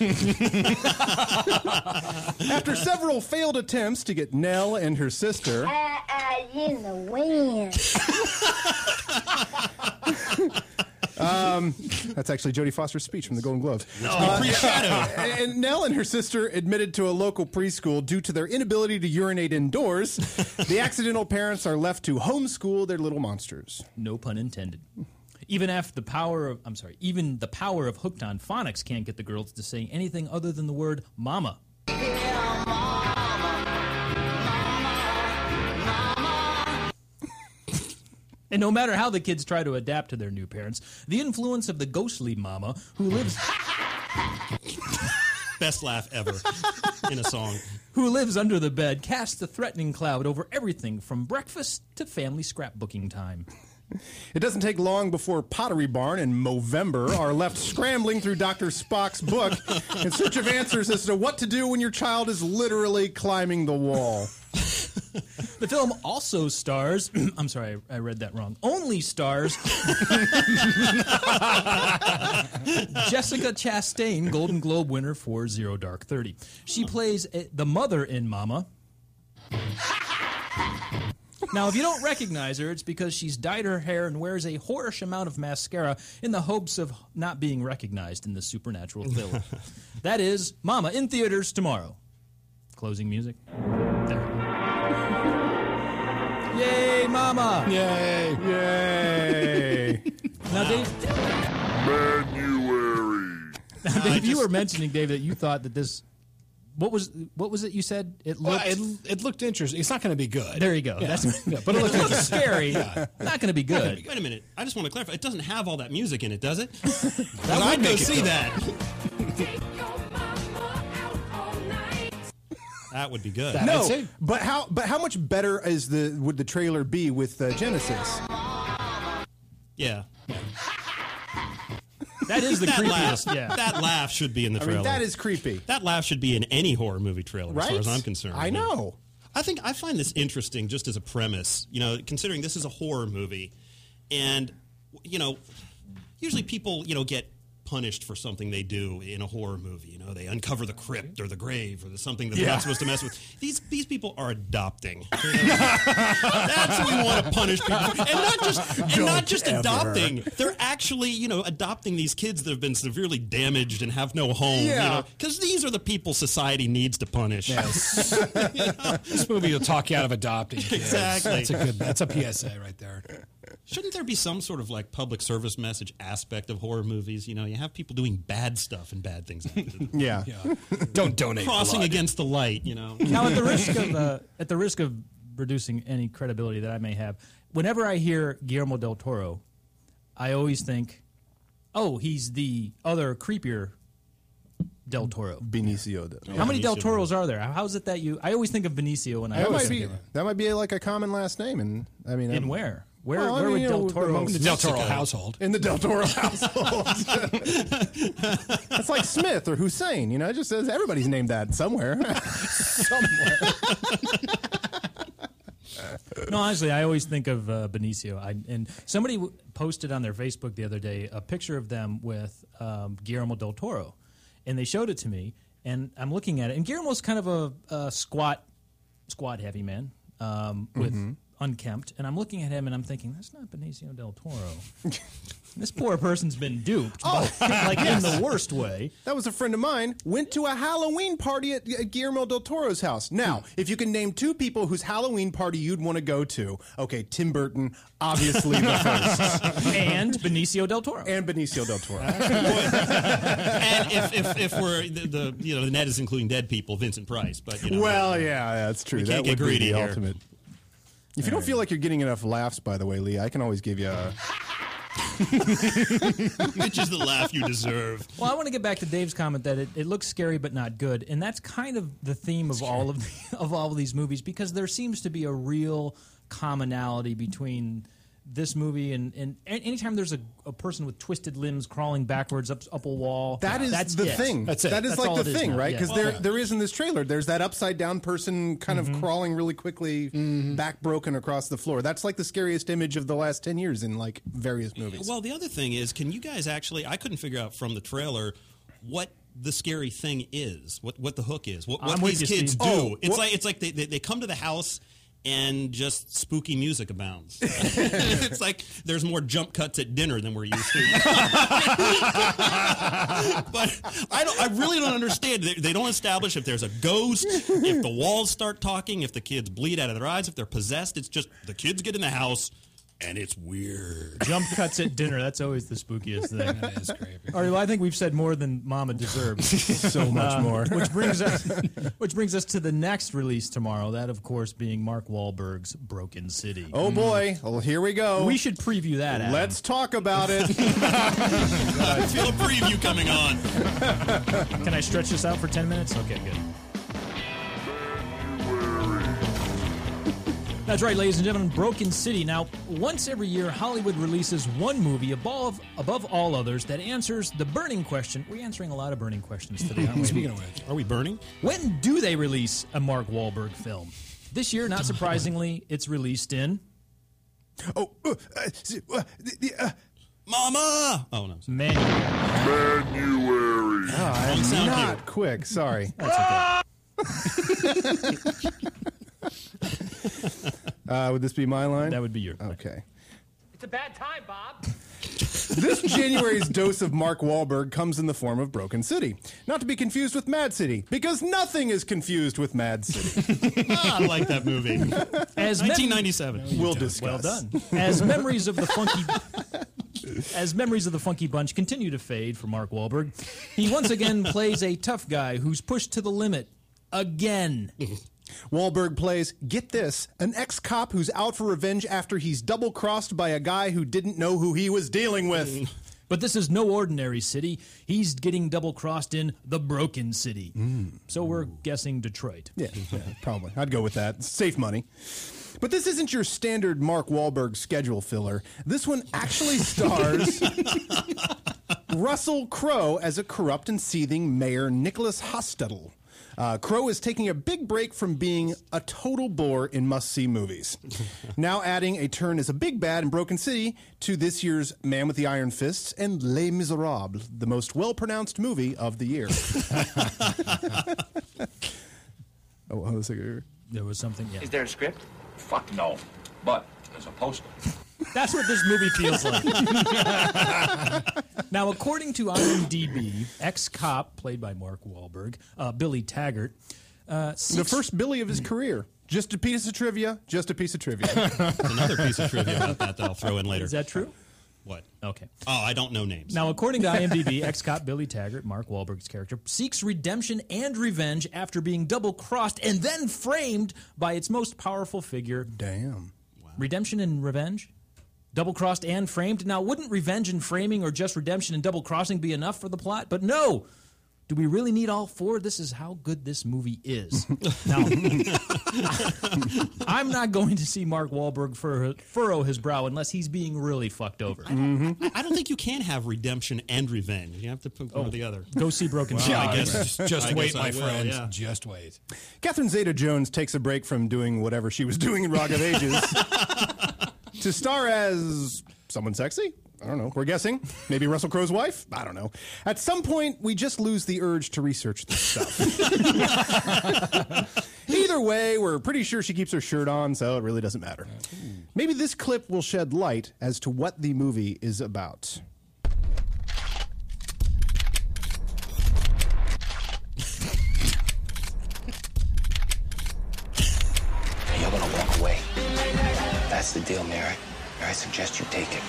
G: After several failed attempts to get Nell and her sister,
N: in the wind.
G: um, that's actually Jodie Foster's speech from the Golden Globes. Uh, and Nell and her sister admitted to a local preschool due to their inability to urinate indoors. the accidental parents are left to homeschool their little monsters.
E: No pun intended. Even after the power of, I'm sorry, even the power of hooked on phonics can't get the girls to say anything other than the word mama. And no matter how the kids try to adapt to their new parents, the influence of the ghostly mama who lives
H: Best laugh ever in a song.
E: who lives under the bed casts a threatening cloud over everything from breakfast to family scrapbooking time.
G: It doesn't take long before Pottery Barn and Movember are left scrambling through Dr. Spock's book in search of answers as to what to do when your child is literally climbing the wall.
E: The film also stars. I'm sorry, I I read that wrong. Only stars Jessica Chastain, Golden Globe winner for Zero Dark Thirty. She plays uh, the mother in Mama. Now, if you don't recognize her, it's because she's dyed her hair and wears a whorish amount of mascara in the hopes of not being recognized in the supernatural film. that is Mama in theaters tomorrow. Closing music. Yay, Mama!
G: Yay! Yay!
E: now, Dave,
S: January.
E: Dave you were mentioning, Dave, that you thought that this what was what was it you said? It
F: Well,
E: looked.
F: it, it looked interesting. It's not going to be good.
E: there you go.
F: Yeah.
E: That's
F: Yeah, but it looks
E: looks scary.
F: Yeah.
E: Not going to be
H: Wait a
E: good.
H: minute, Wait a minute. I just want to clarify. It doesn't have all that music in it, does it?
F: But
H: I
F: I'd
H: would go
F: make it
H: see
F: go.
H: that. That would be good.
G: no, but how but how much better is the would the trailer be with uh, Genesis?
H: Yeah.
E: That is the
H: that
E: creepiest,
H: Laugh,
E: yeah.
H: That laugh should be in the
G: I
H: trailer.
G: mean, that is creepy.
H: That laugh should be in any horror movie trailer, as
G: Right?
H: far as I'm concerned.
G: I know.
H: I think I find this interesting just as a premise. You know, considering this is a horror movie, and you know, usually people you know get punished for something they do in a horror movie. You know, they uncover the crypt or the grave or the something that they're
S: Yeah.
H: not supposed to mess with. These these people are adopting. That's what we want to punish people, and not just and
S: Don't
H: not just
S: ever.
H: adopting. They're actually, you know, adopting these kids that have been severely damaged and have no home.
F: Yeah.
H: because these are the people society needs to punish.
F: this movie will talk you out of adopting. kids.
H: Exactly.
F: That's a good. That's a PSA right there.
H: Shouldn't there be some sort of like public service message aspect of horror movies? You know, you have people doing bad stuff and bad things. happen to them.
G: Yeah.
F: Don't donate.
H: Crossing
F: blood.
H: against the light, you know.
E: now, at the risk of uh, at the risk of reducing any credibility that I may have, whenever I hear Guillermo del Toro, I always think, "Oh, he's the other creepier del Toro."
G: Benicio del
E: How many del Toros are there? How is it that you? I always think of Benicio when Oh, I
G: That
E: always
G: might
E: think
G: be
E: of him.
G: that might be like a common last name, and I mean,
E: In
G: I'm-
E: where? Where-
G: Well, I
E: where
G: mean,
E: would
G: you know,
E: Del Toro-
G: amongst
E: In the Del Toro
G: Mexico.
E: household.
G: In the Del Toro household. it's like Smith or Hussein. You know, it just says everybody's named that somewhere. somewhere.
E: no, honestly, I always think of uh, Benicio. I, and somebody w- posted on their Facebook the other day a picture of them with um, Guillermo del Toro, and they showed it to me, and I'm looking at it, and Guillermo's kind of a, a squat, squat heavy man um, with
S: Mhm.
G: Mm-hmm.
E: unkempt, and I'm looking at him, and I'm thinking that's not Benicio del Toro. this poor person's been duped,
G: Oh,
E: but, like
G: yes.
E: in the worst way.
G: That was a friend of mine. Went to a Halloween party at at Guillermo del Toro's house. Now, if you can name two people whose Halloween party you'd want to go to, okay, Tim Burton, obviously the first,
E: and Benicio del Toro,
G: and Benicio del Toro.
H: and if, if, if we're the, the you know the net is including dead people, Vincent Price, but you know,
G: Well, yeah, that's true.
H: We
G: that
H: can't get
G: would
H: greedy
G: be the
H: here.
G: ultimate. If you don't feel like you're getting enough laughs, by the way, Lee, I can always give you a.
H: which is the laugh you deserve.
E: Well, I want to get back to Dave's comment that it, it looks scary but not good, and that's kind of the theme of all of of all of these movies because there seems to be a real commonality between this movie and, and a- anytime there's a, a person with twisted limbs crawling backwards up up a wall.
G: That is
E: that's
G: the
E: it.
G: thing. That is
E: all
G: like
E: it
G: the thing,
E: now,
G: right?
E: yeah. Mm-hmm.
G: Because there, there is in this trailer. There's that upside down person kind of crawling really quickly, back broken across the floor. That's like the scariest image of the last ten years in like various movies.
H: Well, the other thing is, can you guys actually? I couldn't figure out from the trailer what the scary thing is, what what the hook is, what, what
E: I'm with
H: these
E: you,
H: kids
E: Steve.
H: do.
E: Oh,
H: it's
E: what-
H: like it's like they, they, they come to the house and just spooky music abounds. it's like there's more jump cuts at dinner than we're used to. but I don't. I really don't understand. They, they don't establish if there's a ghost, if the walls start talking, if the kids bleed out of their eyes, if they're possessed. It's just the kids get in the house. And it's weird.
E: Jump cuts at dinner. That's always the spookiest thing. That is creepy. All right. Well, I think we've said more than Mama deserves. Um,
G: So much more.
E: Which brings us, which brings us to the next release tomorrow. That, of course, being Mark Wahlberg's Broken City.
G: Oh boy! Well, here we go.
E: mm. We should preview that. Adam.
G: Let's talk about it.
H: I feel a preview coming on.
E: Can I stretch this out for ten minutes? Okay, good. That's right, ladies and gentlemen. Broken City. Now, once every year, Hollywood releases one movie above above all others that answers the burning question. We're answering a lot of burning questions today, aren't we?
H: Speaking of which, are we burning?
E: When do they release a Mark Wahlberg film? This year, not surprisingly, it's released in
G: Oh, uh, uh, uh, the- uh,
H: Mama! Oh, no.
G: Manuary.
H: Wrong sound
G: not quick. Sorry. uh, would this be my line? That
E: would be your.
G: Okay.
S: It's a bad time, Bob.
G: This January's dose of Mark Wahlberg comes in the form of Broken City. Not to be confused with Mad City, because nothing is confused with Mad City.
H: Ah, I like that movie.
E: As mem-
H: 1997.
G: we'll discuss.
E: Well done. As memories of the funky as memories of the funky bunch continue to fade for Mark Wahlberg, he once again plays a tough guy who's pushed to the limit again.
G: Wahlberg plays, get this, an ex cop who's out for revenge after he's double crossed by a guy who didn't know who he was dealing with.
E: But this is no ordinary city. He's getting double crossed in the Broken City. So we're guessing Detroit.
G: Yeah, yeah, probably. I'd go with that. Safe money. But this isn't your standard Mark Wahlberg schedule filler. This one actually stars Russell Crowe as a corrupt and seething mayor, Nicholas Hostetler. Uh, Crowe is taking a big break from being a total bore in must see movies. now adding a turn as a big bad in Broken City to this year's Man with the Iron Fists and Les Miserables, the most well pronounced movie of the year. oh, hold on a second.
E: There was something, yeah.
T: Is there a script? Fuck no. But there's a poster.
E: That's what this movie feels like. now, according to IMDb, ex cop played by Mark Wahlberg, uh, Billy Taggart. Uh,
G: The first Billy of his career. Just a piece of trivia. Just a piece of trivia.
H: Another piece of trivia about that that I'll throw in later.
E: Is that true?
H: What?
E: Okay.
H: Oh, I don't know names.
E: Now, according to IMDb, ex cop Billy Taggart, Mark Wahlberg's character, seeks redemption and revenge after being double crossed and then framed by its most powerful figure.
G: Damn.
E: Redemption and revenge? Double crossed and framed? Now, wouldn't revenge and framing or just redemption and double crossing be enough for the plot? But no! Do we really need all four? This is how good this movie is. now, I'm not going to see Mark Wahlberg fur- furrow his brow unless he's being really fucked over.
H: Mm. I don't think you can have redemption and revenge. You have to pick one or the other.
E: Go see Broken
H: Well,
E: City.
H: I guess just,
F: Just
H: I
F: wait,
H: guess I
F: my
H: will,
F: friends.
H: yeah.
F: Just wait.
G: Catherine Zeta Jones takes a break from doing whatever she was doing in Rock of Ages to star as someone sexy? I don't know. We're guessing. Maybe Russell Crowe's wife? I don't know. At some point, we just lose the urge to research this stuff. Either way, we're pretty sure she keeps her shirt on, so it really doesn't matter. Maybe this clip will shed light as to what the movie is about.
U: And you're gonna walk away. That's the deal, Mary. I suggest you take it.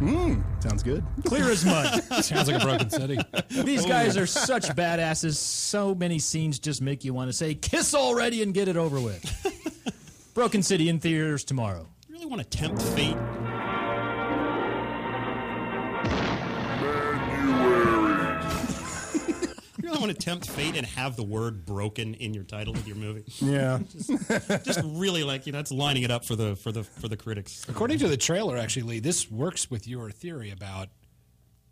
G: Mmm, sounds good.
E: Clear as mud.
F: Sounds like a broken city.
E: These guys are such badasses. So many scenes just make you want to say, kiss already and get it over with. Broken City in theaters tomorrow.
H: You really want to tempt fate? You really want to tempt fate and have the word broken in your title of your movie?
G: Yeah.
H: just, just really like you know, it's lining it up for the for the for the critics.
F: According to the trailer, actually, Lee, this works with your theory about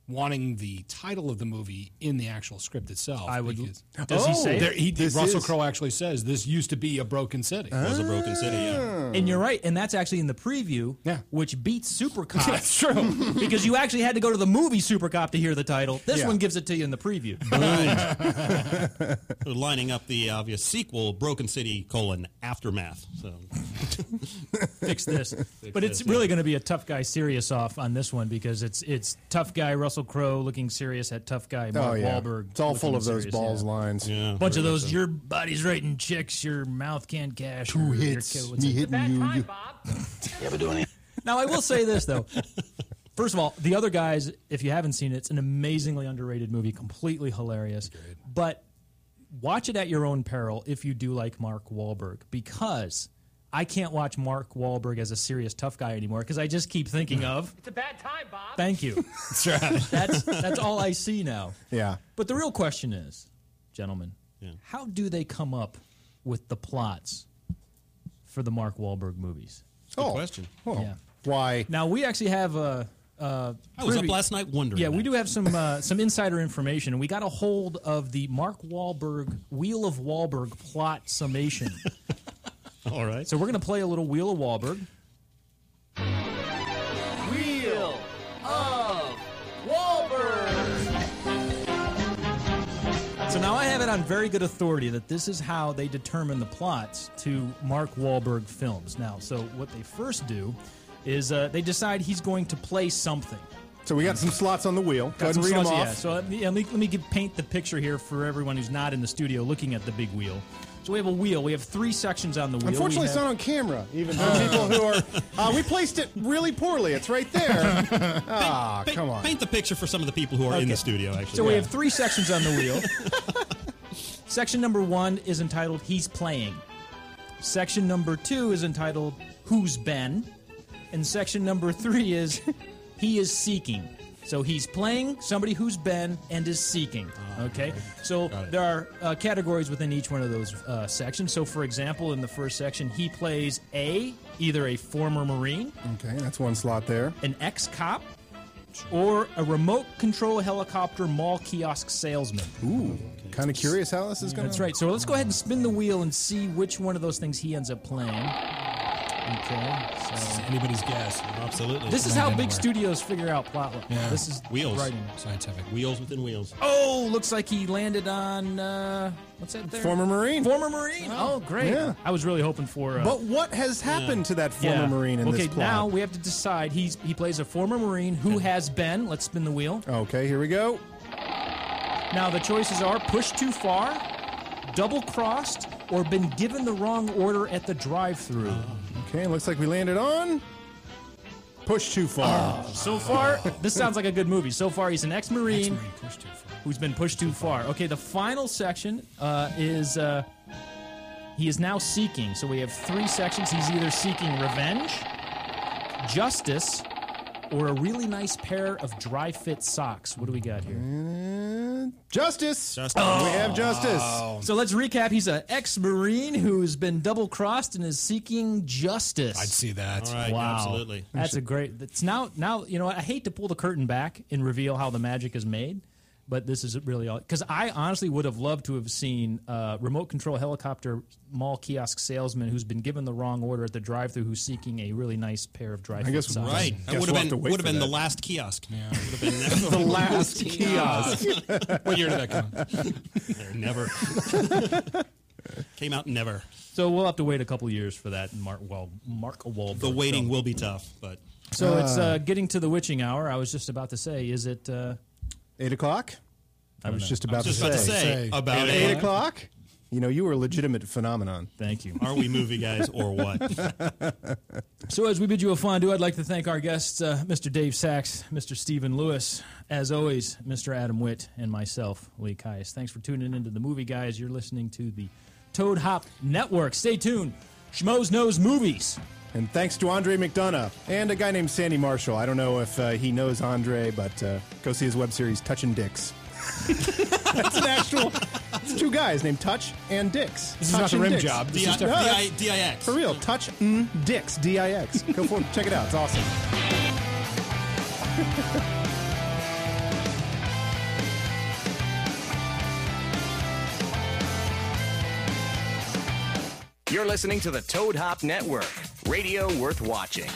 F: wanting the title of the movie in the actual script itself. I would.
E: does he say it?
F: There, he,
E: This
F: Russell
E: is-
F: Crowe actually says this used to be a broken city.
E: Was a broken
H: city,
G: Uh.
E: yeah. And you're right, and that's actually in the preview, yeah. which beats Super Cop.
F: That's true.
E: because you actually had to go to the movie Super Cop to hear the title. This
H: Yeah.
E: one gives it to you in the preview.
H: They're lining up the obvious sequel, Broken City colon aftermath. So
E: fix this. but it's really going to be a tough guy serious off on this one because it's it's tough guy Russell Crowe looking serious at tough guy Mark
G: Oh, yeah.
E: Wahlberg.
G: It's all full
E: looking
G: of those
E: serious,
G: balls
E: yeah.
G: lines. Yeah.
E: Bunch of those. Your body's writing chicks. Your mouth can't cash. Two
G: hits, me hitting
E: you.
U: You ever do any?
E: Now I will say this though. First of all, the other guys, if you haven't seen it, it's an amazingly underrated movie, completely hilarious. But watch it at your own peril if you do like Mark Wahlberg, because I can't watch Mark Wahlberg as a serious tough guy anymore because I just keep thinking of
S: It's a bad time, Bob.
E: thank you.
F: That's right.
E: That's that's all I see now.
G: Yeah.
E: But the real question is, gentlemen, how do they come up with the plots for the Mark Wahlberg movies?
H: Good question.
E: Yeah.
G: Oh. Why?
E: Now we actually have Uh, uh,
H: I was up
E: privy-
H: last night wondering
E: Yeah, we do have some uh, some insider information, and we got a hold of the Mark Wahlberg Wheel of Wahlberg plot summation.
H: All right.
E: So we're going to play a little Wheel of Wahlberg.
S: Wheel of Wahlberg.
E: So now I have it on very good authority that this is how they determine the plots to Mark Wahlberg films. Now, so what they first do is uh, they decide he's going to play something.
G: So we got some slots on the wheel. Go ahead
E: Got
G: and
E: some
G: read them
E: sauce,
G: off.
E: yeah. So let me, let me, let me give, paint the picture here for everyone who's not in the studio looking at the big wheel. So we have a wheel. We have three sections on the wheel. We
G: Unfortunately, it's
E: have-
G: not on camera. Even for people who are, uh, we placed it really poorly. It's right there. Ah,
H: Paint-
G: come on.
H: Paint the picture for some of the people who are in the studio. Actually,
E: So we have three sections on the wheel. Section number one is entitled He's Playing. Section number two is entitled Who's Been. And section number three is He is Seeking. So he's playing somebody who's been and is seeking. Okay? So there are uh, categories within each one of those uh, sections. So, for example, in the first section, he plays A, either a former Marine,
G: Okay, that's one slot there.
E: an ex cop, or a remote control helicopter mall kiosk salesman.
G: Ooh, kind of curious how this is going.
E: That's right. So let's go ahead and spin the wheel and see which one of those things he ends up playing. Okay. So
F: anybody's guess.
H: Absolutely.
E: This is how big studios figure out plot. li-
H: Yeah.
E: This is
H: wheels.
E: writing.
F: Scientific
H: wheels within wheels.
E: Oh, looks like he landed on uh, what's that there?
G: Former Marine.
E: Former Marine. Oh, great.
G: Yeah.
E: I was really hoping for. Uh,
G: But what has happened to that former
E: Yeah.
G: Marine in
E: okay,
G: this plot?
E: now we have to decide. He's he plays a former Marine who has been. Let's spin the wheel.
G: Okay, here we go.
E: Now the choices are pushed too far, double crossed, or been given the wrong order at the drive-through.
G: Okay, looks like we landed on push too far.
E: So far, this sounds like a good movie. So far, he's an ex-marine, who's been pushed too far. Okay, the final section uh, is uh, he is now seeking. So we have three sections. He's either seeking revenge, justice, or a really nice pair of dry-fit socks. What do we got here?
G: Justice. Oh. We have justice.
E: So let's recap. He's an ex-marine who's been double-crossed and is seeking justice.
F: I'd see that.
H: All right,
E: wow,
H: absolutely.
E: That's a great. It's now now you know what, I hate to pull the curtain back and reveal how the magic is made, but this is really all because I honestly would have loved to have seen uh, remote control helicopter mall kiosk salesman who's been given the wrong order at the drive-through who's seeking a really nice pair of dry.
G: I guess we'll-
H: Right.
G: Guess
H: That would
G: we'll
H: have
G: have to
H: been
G: wait
H: would have
G: for
H: been the
G: that.
H: last kiosk. Yeah.
G: The last kiosk.
H: what year did that come? out? never. Came out never.
E: So we'll have to wait a couple years for that. Mark well, Mark Wahlberg.
H: The waiting
E: film.
H: will be tough, but
E: So it's
G: Ah.
E: uh, getting to the witching hour. I was just about to say, is it? Uh,
G: Eight o'clock. I,
E: don't
G: was
E: know.
G: just
E: I was
G: about,
E: just
G: to,
E: about to
G: say,
E: say about
G: eight,
E: eight
G: o'clock. You know, you were a legitimate phenomenon.
E: Thank you.
H: are we movie guys or what?
E: So, as we bid you a fondue, I'd like to thank our guests, uh, Mr. Dave Sachs, Mr. Stephen Lewis, as always, Mr. Adam Witt, and myself, Lee Kias. Thanks for tuning into the movie, guys. You're listening to the Toad Hop Network. Stay tuned. Schmoes knows movies.
G: And thanks to Andre McDonough and a guy named Sandy Marshall. I don't know if uh, he knows Andre, but uh, go see his web series Touching Dicks. That's an actual. It's two guys named Touch and Dicks.
F: This is not
G: Touch
F: the
G: and
F: rim
G: Dicks.
F: job. This
H: D-
F: is
H: D-
G: No,
H: I-
G: that's-
H: D- I- X.
G: For real, Touch and Dicks. D I X. Go for it. Check it out. It's awesome.
A: You're listening to the Toad Hop Network, radio worth watching.